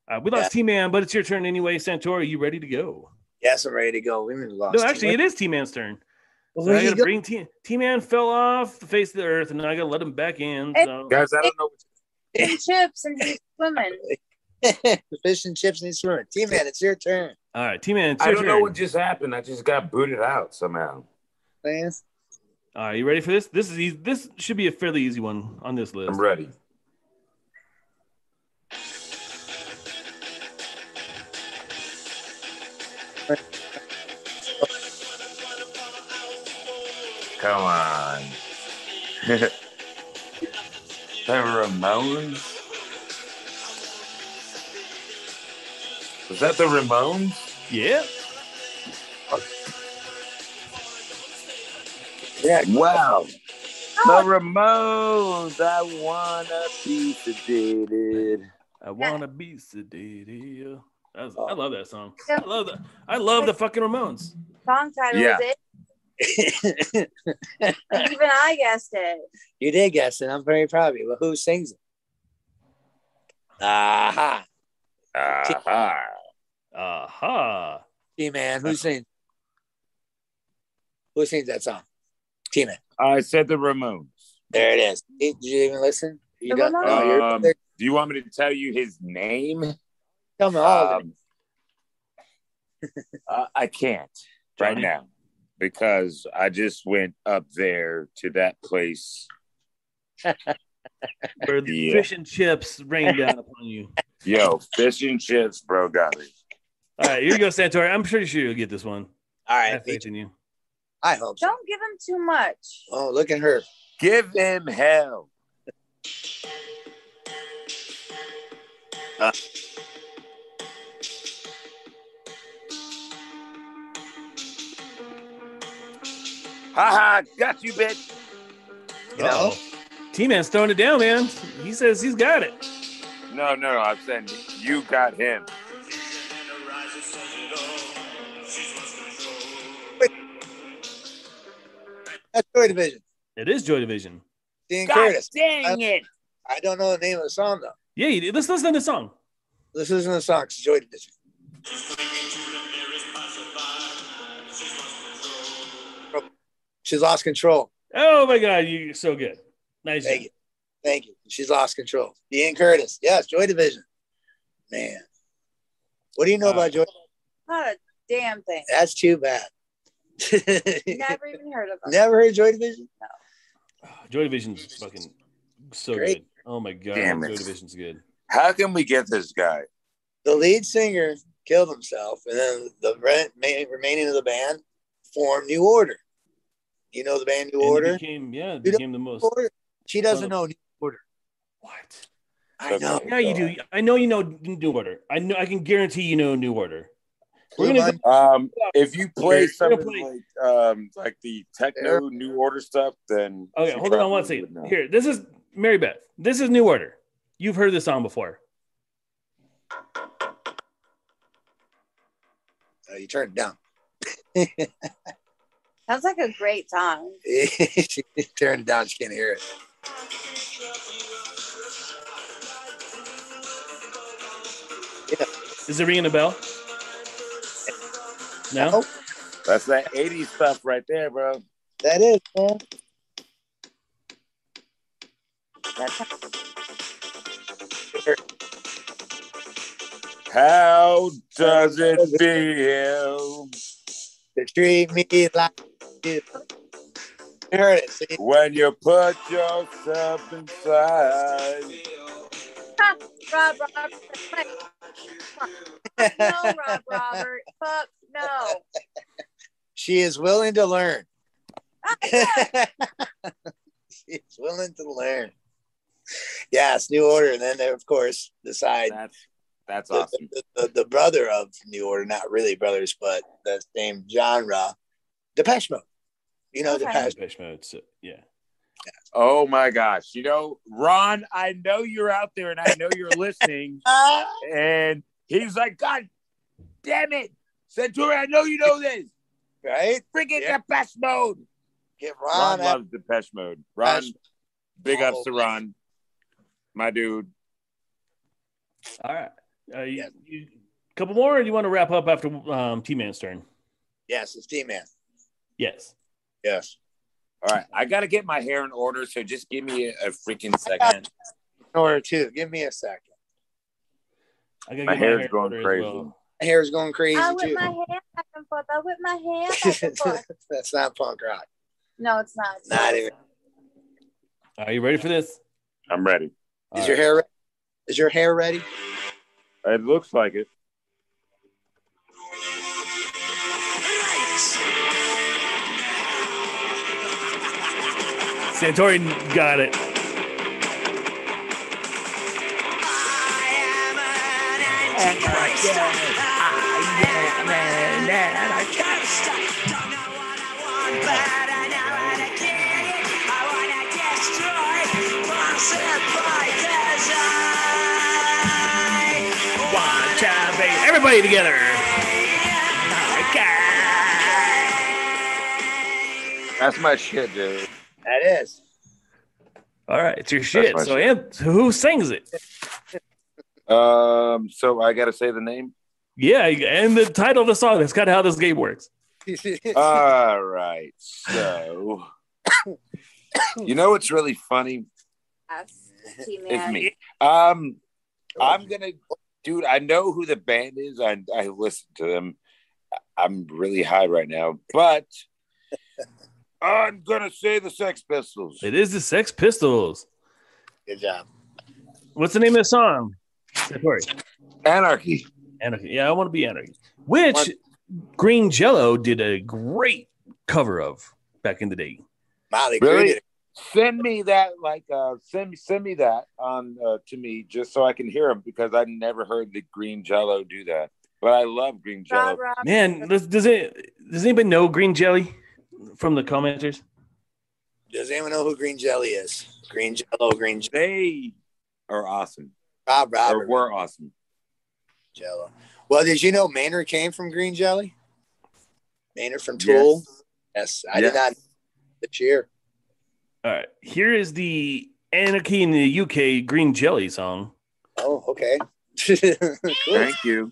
C: uh, we lost
A: Yeah.
C: t-man but it's your turn anyway santora you ready to go
A: Yes, I'm ready to go. We've been lost.
C: no actually it is t-man's turn
A: Well,
C: so
A: where
C: i
A: you
C: gotta
A: go?
C: bring t- t-man fell off the face of the earth and i gotta let him back in so.
D: Guys, I don't know. What
B: And chips and he's swimming.
A: Fish and chips and swimming. T man, it's your turn.
C: all right t-man it's
D: I
C: your
D: don't
C: turn.
D: know what just happened. I just got booted out somehow.
A: Please.
C: All right, you ready for this? This is easy. This should be a fairly easy one on this list.
D: I'm ready. Come on. the Ramones? Was that the Ramones?
C: Yeah.
A: Yeah.
D: Wow. The Ramones, I want a piece of it.
C: I wanna be sedated. That was- I love that song.
B: Yeah.
C: I love that. I love the fucking Ramones.
B: Song title
D: Yeah.
B: is it. Even I guessed it.
A: you did guess it. I'm very proud of you. But who sings it? Aha.
D: Aha.
C: Aha.
A: T man,
C: Uh-huh.
A: who sings? Who sings that song? T man.
D: I said the Ramones.
A: There it is. Did you even listen? You
B: The
A: don't know. Oh, You're,
D: Um, Do you want me to tell you his name?
A: tell me all of it.
D: Um, uh, I can't right
C: Johnny?
D: now because I just went up there to that place.
C: Where the uh,
D: Yeah.
C: fish and chips rain down upon you.
D: Yo, fish and chips, bro, got me.
C: All right, here you go, Santori. I'm pretty sure you'll get this one.
A: All
C: I
A: right.
C: have faith in you.
A: I hope so.
B: Don't give him too much.
A: Oh, look at her.
D: Give him hell. Uh. Ha ha, got you, bitch.
A: You know?
C: T Man's throwing it down, man. He says he's got it.
D: No, no, I'm saying you got him.
A: That's Joy Division.
C: It is Joy Division.
A: Dean
D: God
A: Curtis.
D: dang it.
A: I don't know the name of the song though.
C: Yeah, you did. let's listen to the song.
A: This isn't a song. It's Joy Division. She's lost control.
C: Oh my God, you're so good. Nice.
A: Thank
C: job.
A: you. Thank you. She's lost control. Dean Curtis. Yes, Joy Division. Man. What do you know about Joy?
B: Not a damn thing.
A: That's too bad.
B: Never even heard of him.
A: Never heard Joy Division?
C: Ah, Joy Division's fucking so
A: Great.
C: good. Oh my god,
D: Damn
C: Joy
D: it.
C: Division's good.
D: How can we get this guy?
A: The lead singer killed himself, and then the re- ma- remaining of the band formed New Order. You know the band New
C: And it
A: Order?
C: became yeah, it
A: You don't-
C: became the most
A: Order? She doesn't know.
C: what?
A: I know.
C: Yeah, you do. I know you know New Order. I know. I can guarantee you know New Order. We're gonna go-
D: Um, if you play
C: We're gonna
D: something like um, like the techno new order stuff, then
C: Okay,
D: she
C: hold on
D: probably
C: one
D: would
C: second.
D: know.
C: Here, this is Mary Beth. This is New Order. You've heard this song before.
A: Uh, you turned it down.
B: Sounds like a great song.
A: she turned it down. She can't hear it.
C: Is it ringing a bell? No.
D: Oh,
A: No.
D: That's that '80s stuff right there, bro.
A: That is, man.
D: How does it feel
A: To treat me like you. You heard it. See?
D: when you put yourself inside?
B: Fuck Rob Robert. Fuck No, Rob Robert. Fuck no.
A: she is willing to learn.
B: Fuck no.
A: She's willing to learn. Yes, New Order. And then, of course, decide
D: That's that's
A: the,
D: awesome.
A: the, the, the brother of New Order, not really brothers, but the same genre, Depeche Mode. You know,
B: Okay.
A: Depeche
C: Depeche Mode, so- yeah.
D: Oh my gosh! You know, Ron, I know you're out there, and I know you're listening. And he's like, God damn it, Centauri! I know you know this.
A: right?
D: Freaking
A: Yeah.
D: Depeche Mode.
A: Get
D: Ron
A: Ron, out.
D: loves Depeche Mode. Ron,
A: Depeche-
D: big ups to
A: Oh.
D: Ron, my dude.
C: All right. Uh, you,
A: Yeah.
C: you, couple more, or do you want to wrap up after um, T Man's turn?
A: Yes, it's D Man.
C: Yes.
A: Yes.
D: All right, I gotta get my hair in order, so just give me a, a freaking second.
A: In order two. Give me a second.
C: I gotta
D: My
C: get
D: hair's
C: in
D: going
C: order as
D: crazy.
A: My hair's going crazy
B: I whip
A: too.
B: my hair back and forth. I whip my hair back and forth.
A: That's not punk rock.
B: No, it's not.
A: Not even.
C: Are you ready for this?
D: I'm ready.
A: Is
C: All
A: your
C: right.
A: hair? Re- is your hair ready?
D: It looks like it.
C: Santori got it. One, two, three. Everybody together.
D: That's my shit, dude.
A: That is.
C: All right, it's your shit.
D: my
C: So, Ant- who sings it?
D: Um, so I gotta say the name.
C: Yeah, and the title of the song. That's kind of how this game works.
A: Uh,
D: All right, so you know what's really funny
B: Yes,
D: is
B: T-Man.
D: me. Um, I'm gonna, dude. I know who the band is. I I listen to them. I'm really high right now, but I'm gonna say the Sex Pistols.
C: It is the Sex Pistols.
A: Good job.
C: What's the name of the song? Santori.
D: Anarchy.
C: Anarchy. Yeah, I want to be anarchy. Which Green Jello did a great cover of back in the day.
A: Molly
D: Really?
A: really?
D: Send me that, like, uh, send me send me that on uh, to me just so I can hear them because I never heard the Green Jello do that. But I love Green Jello.
B: Rob Robert.
C: Man, does, does it? Does anybody know Green Jelly from the commenters?
A: Does anyone know who Green Jelly is? Green Jello, Green Jelly.
D: They are awesome,
A: Rob
D: or
A: Robert
D: were awesome.
A: Jello. Well, did you know Maynard came from Green Jelly? Maynard from Tool. Yes, I
D: Yes.
A: did not this year.
C: All right, here is the Anarchy in the UK Green Jelly song.
A: Oh, okay.
D: Thank you.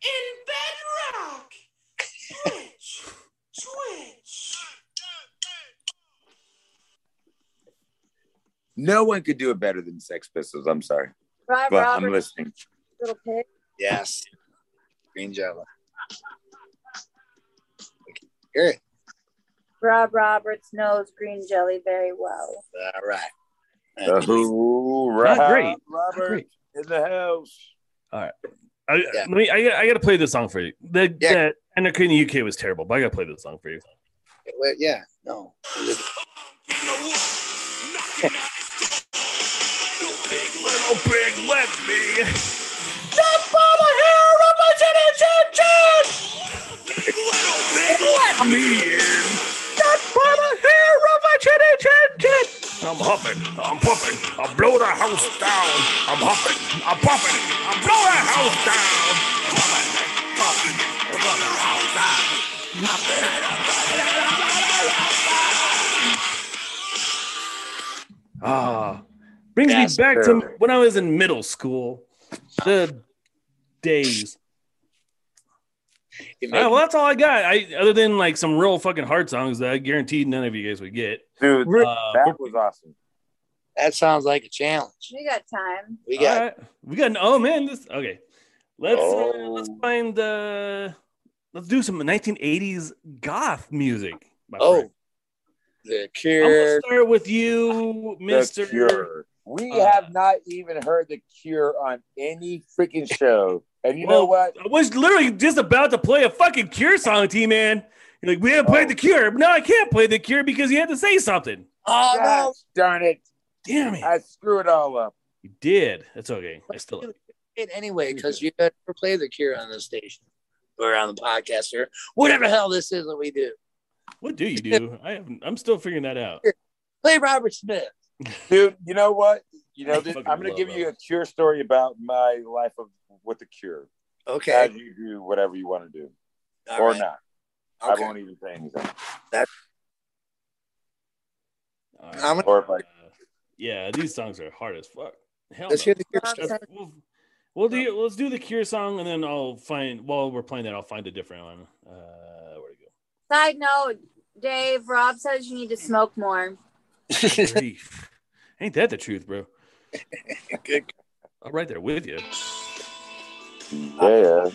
E: in bedrock. Switch, switch.
D: No one could do it better than Sex Pistols. I'm sorry,
B: Rob
D: but I'm
B: Robert,
D: listening.
B: little pig.
A: yes, Green Jello. We can Hear it.
B: Rob Roberts knows green jelly very well.
A: All right.
D: The Who,
C: Not great.
D: Rob- Robert
C: Great.
D: in the house.
C: I,
A: Yeah.
C: let me, I, gotta- I got to play this song for you. The,
A: Yeah.
C: That Anarchy in the UK was terrible, but I got to play this song for you.
A: Well, yeah. No.
E: In the woods, knocking at his door. No big little
C: Oh, big left me.
E: Jump on the hair of my chin and chin chin!
D: Little big let me in.
E: Jump on the hair of my chin and chin chin!
D: I'm huffing, I'm puffing, I blow the house down. I'm huffing, I'm puffing, I blow the house down. Huffing, puffing, I blow the house down.
C: Ah, brings
A: That's
C: me back to
A: terrible.
C: when I was in middle school. The days.
A: You
C: All right,
A: make-
C: well, that's all I got. I other than like some real fucking hard songs that I guaranteed none of you guys would get.
D: Dude,
C: Uh,
D: that was awesome.
A: that sounds like a challenge.
B: We got time.
A: We got
C: all right. we got an, oh man, this okay. Let's uh,
A: Oh.
C: let's find uh let's do some 1980s goth music. my
A: oh,
C: friend.
A: the
C: I'm gonna
A: Cure.
C: start with you,
D: The
C: Mister.
D: Cure. We
C: Uh,
D: have not even heard the Cure on any freaking show. And you know
C: Well,
D: what?
C: I was literally just about to play a fucking Cure song, T man. You're like, we haven't played
D: Oh.
C: the Cure. No, I can't play the Cure because you had to say something.
A: Oh
D: Gosh darn it!
C: Damn it!
D: I screw it all up.
C: you did. That's okay. I still.
A: no! It anyway, because you never play the Cure on the station or on the podcast or whatever the hell this is that we do.
C: What do you do? I haven't, I'm still figuring that out.
A: Play Robert Smith.
D: Dude, you know what? You know,
C: I
D: this,
C: fucking
D: I'm going
C: love
D: to give you a
C: those.
D: Cure story about my life of with the Cure. As
A: Okay,
D: you do whatever you want to do,
A: All
D: or
A: right.
D: not.
A: Okay.
D: I won't even say anything.
C: All
A: I'm
D: Or if I
C: Uh, yeah, these songs are hard as fuck. Hell
A: Let's
C: no.
A: hear the Cure.
B: Love
A: stuff.
B: Song.
C: We'll, we'll do. Let's do the Cure song, and then I'll find. While we're playing that, I'll find a different one. Uh, where to go?
B: Side note, Dave, Rob says you need to smoke more.
C: Grief. Ain't that the truth, bro?
A: Good
C: I'm right there with you.
A: Uh,
D: yeah,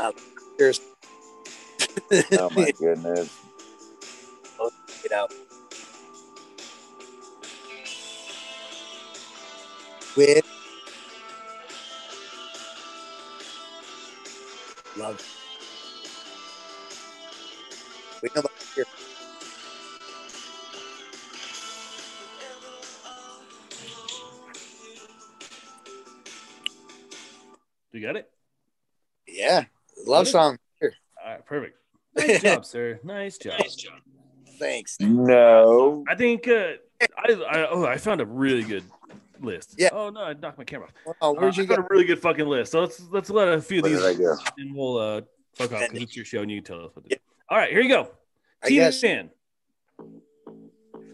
A: uh, Cure.
D: oh my goodness.
A: Get out. With love. We know about Cure.
C: You got it.
A: Yeah, love song.
C: All right, perfect. Nice job, sir. Nice job.
A: Thanks.
D: No,
C: I think. Uh, I, I oh, I found a really good list.
A: Yeah.
C: Oh no, I knocked my camera. off.
A: Oh,
C: Uh, I
A: where'd you
C: found
A: go?
C: a really good fucking list. So let's let's let a few of
D: where
C: these
D: did I go?
C: and we'll uh fuck off because it's your show and you can tell us what to do. All right, here you go.
A: I
C: Teen
A: guess.
C: Sin.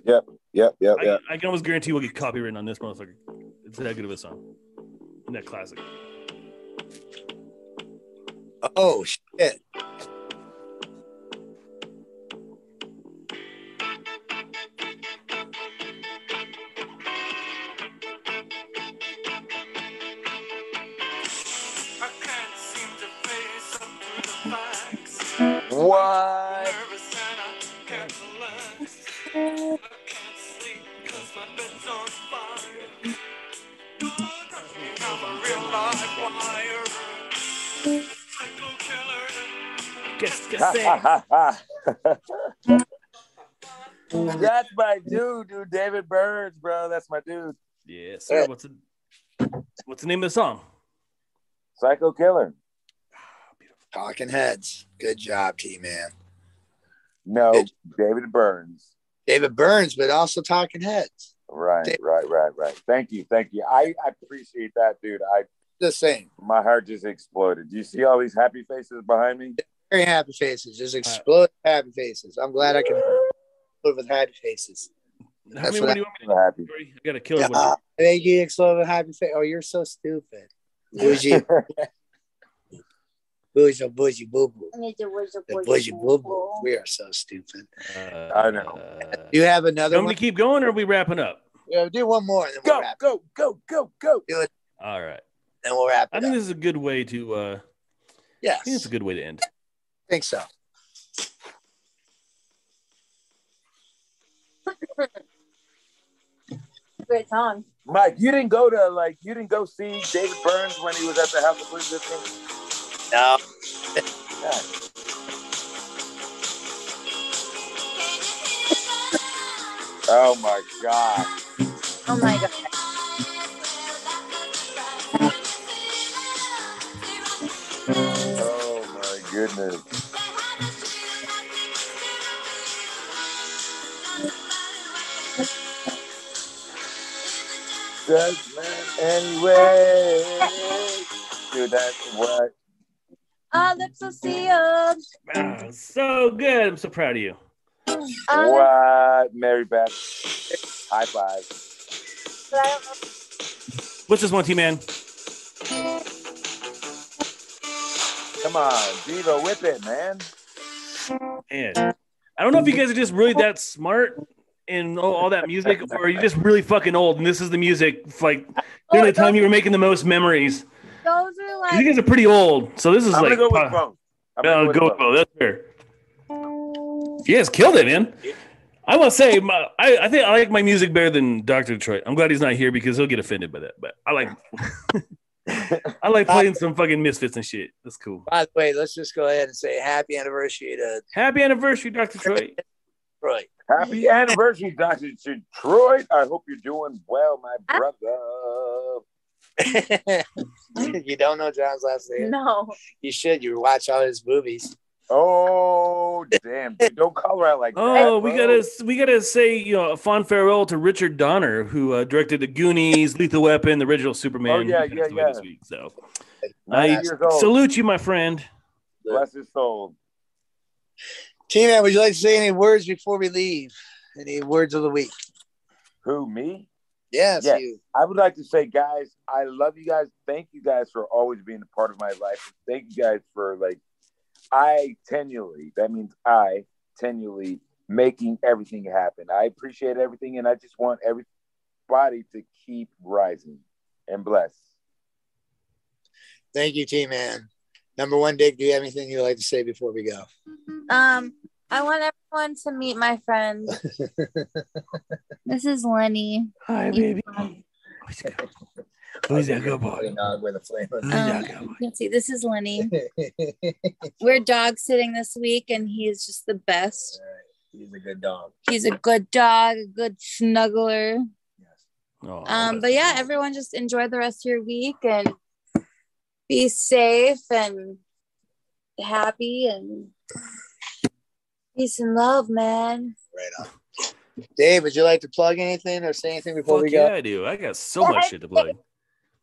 D: Yep, yep,
C: I,
D: yep.
C: I can almost guarantee we'll get copywritten on this motherfucker. It's that good of a song. Isn't that classic?
A: Oh shit.
E: I can't seem to face up to the facts.
D: What?
E: Nervous and I can't relax. I can't sleep 'cause my bed's on fire. Got me, I'm a real live wire. Psycho killer.
C: Guess, guess that.
D: That's my dude, dude. David Burns, bro. That's my dude.
C: Yeah, sir. What's the what's the name of the song?
D: Psycho killer.
A: Talking heads. Good job, T man.
D: No,
A: It-
D: David Burns.
A: David Burns, but also talking heads.
D: Right, right, right, right. Thank you, thank you. I, I appreciate that, dude. I
A: The same.
D: my heart just exploded. Do you see all these happy faces behind me?
A: Very happy faces. Just explode happy faces. I'm glad I can live with happy faces.
C: How
A: That's what
C: many more
A: I-
C: do you want me
D: I'm happy.
C: to Corey? I gotta kill it.
A: Ah, thank you, explode with happy face. Oh, you're so stupid. Bougie, bougie, bougie, boo boo.
B: I need to wish a
A: The
B: wish
A: bougie boo boo.
B: boo.
A: We are so stupid.
C: Uh,
D: I know.
C: Uh,
A: Do you have another
C: you want
A: one?
C: me to keep going or are we wrapping up?
A: Yeah, do one more and then we'll
D: go,
A: wrap.
D: go, go, go, go.
C: All right.
A: Then we'll wrap
C: I
A: it
C: think
A: up.
C: this is a good way to uh I
A: Yes,
C: think it's a good way to end.
A: think so.
B: Great song.
D: Mike, you didn't go to like you didn't go see David Burns when he was at the House of Blues this thing?
A: No,
D: God, Oh my god.
B: Oh my god.
D: Oh my goodness. Judgment anyway. Dude, that's what.
B: Our lips are sealed.
C: Ah, so good. I'm so proud of you.
B: Our lips-
D: What? Mary Beth. High five.
B: but I don't know.
C: What's this one, T Man?
D: Come on, Devo, with it, man.
C: Man, I don't know if you guys are just really that smart and all, all that music, or you're just really fucking old. And this is the music like
B: Oh,
C: during the time you were making the most memories.
B: Those are
C: 'Cause You
B: like
C: guys are pretty old, so this is
D: I'm
C: like.
D: gonna go with
C: uh,
D: both. I'm
C: yeah,
D: gonna
C: I'll
D: with
C: go with both.
D: both.
C: That's fair. You guys killed it, man. I want to say, my, I, I think I like my music better than Doctor Detroit. I'm glad he's not here because he'll get offended by that. But I like, I like playing some fucking misfits and shit. That's cool.
A: By the way, let's just go ahead and say happy anniversary to
C: Happy anniversary, Doctor Detroit.
A: Detroit.
D: Happy anniversary, Dr. Detroit. I hope you're doing well, my
B: Ah.
D: brother.
A: you don't know John's last name.
B: no.
A: You should. You watch all his movies.
D: Oh, damn. Dude, don't call her out like that.
C: Oh, we
D: bro.
C: gotta we gotta say you know a fond farewell to Richard Donner, who uh, directed The Goonies, Lethal Weapon, the original Superman.
D: Oh, yeah,
C: He passed
D: yeah,
C: away
D: yeah.
C: This week, so I
D: 90 years old.
C: salute you, my friend.
D: Bless his soul.
A: T Man, would you like to say any words before we leave? Any words of the week?
D: Who, me?
A: Yes,
D: Yeah.
A: you.
D: I would like to say, guys, I love you guys. Thank you guys for always being a part of my life. Thank you guys for like, I tenually, that means I tenually making everything happen. I appreciate everything and I just want everybody to keep rising and bless.
A: Thank you, T Man. Number one, Dick, do you have anything you'd like to say before we go?
B: Um, I want everyone to meet my friend. this is Lenny.
C: Hi,
B: He's
C: baby.
B: fun.
C: Who's that good- Who's that good boy?
A: With a flame.
C: Who's
B: Um,
C: that good boy?
B: you can see, this is Lenny. We're dog sitting this week, and he's just the best.
A: He's a good dog.
B: He's a good dog, a good snuggler.
C: Aw,
B: Um, but yeah, everyone just enjoy the rest of your week and be safe and happy and peace and love, man.
A: Right on. Dave, would you like to plug anything or say anything before
C: fuck
A: we go?
C: yeah, I do. I got so much shit to plug.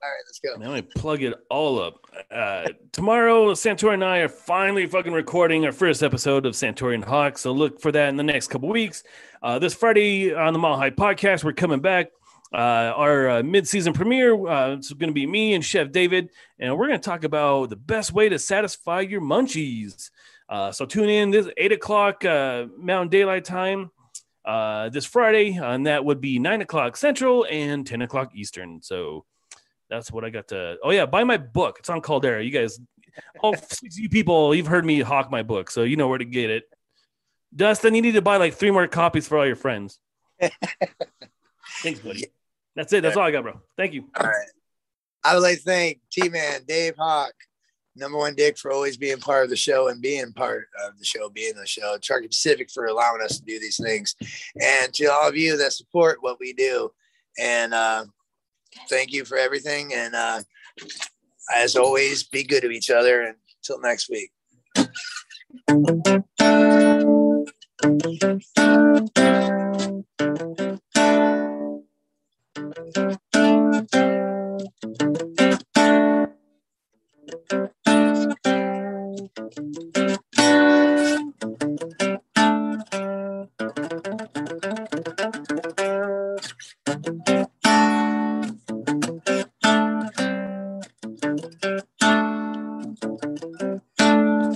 A: All right, let's go.
C: Man, let me plug it all up. Uh, tomorrow, Santori and I are finally fucking recording our first episode of Santori and Hawk. So look for that in the next couple weeks. Uh, this Friday on the Mile High Podcast, we're coming back. Uh, our uh, mid-season premiere uh, it's going to be me and Chef David, and we're going to talk about the best way to satisfy your munchies. Uh, so tune in this eight o'clock uh, Mountain Daylight Time uh, this Friday, and that would be nine o'clock Central and ten o'clock Eastern. So that's what I got to. Oh yeah, buy my book. It's on Caldera. You guys, all six of you people, you've heard me hawk my book, so you know where to get it. Dustin, you need to buy like three more copies for all your friends. Thanks, buddy. That's it. That's all I got, bro. Thank you.
A: All right. I would like to thank T Man, Dave Hawk, number one dick for always being part of the show and being part of the show, being the show, Trucking Pacific for allowing us to do these things, and to all of you that support what we do. And uh, thank you for everything. And uh, as always, be good to each other. And until next week.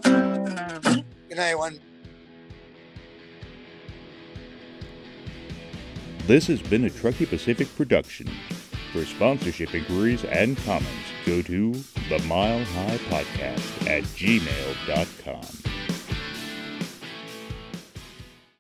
A: Good night, one.
F: This has been a Truckee Pacific production. For sponsorship inquiries and comments, go to the Mile High Podcast at gmail.com.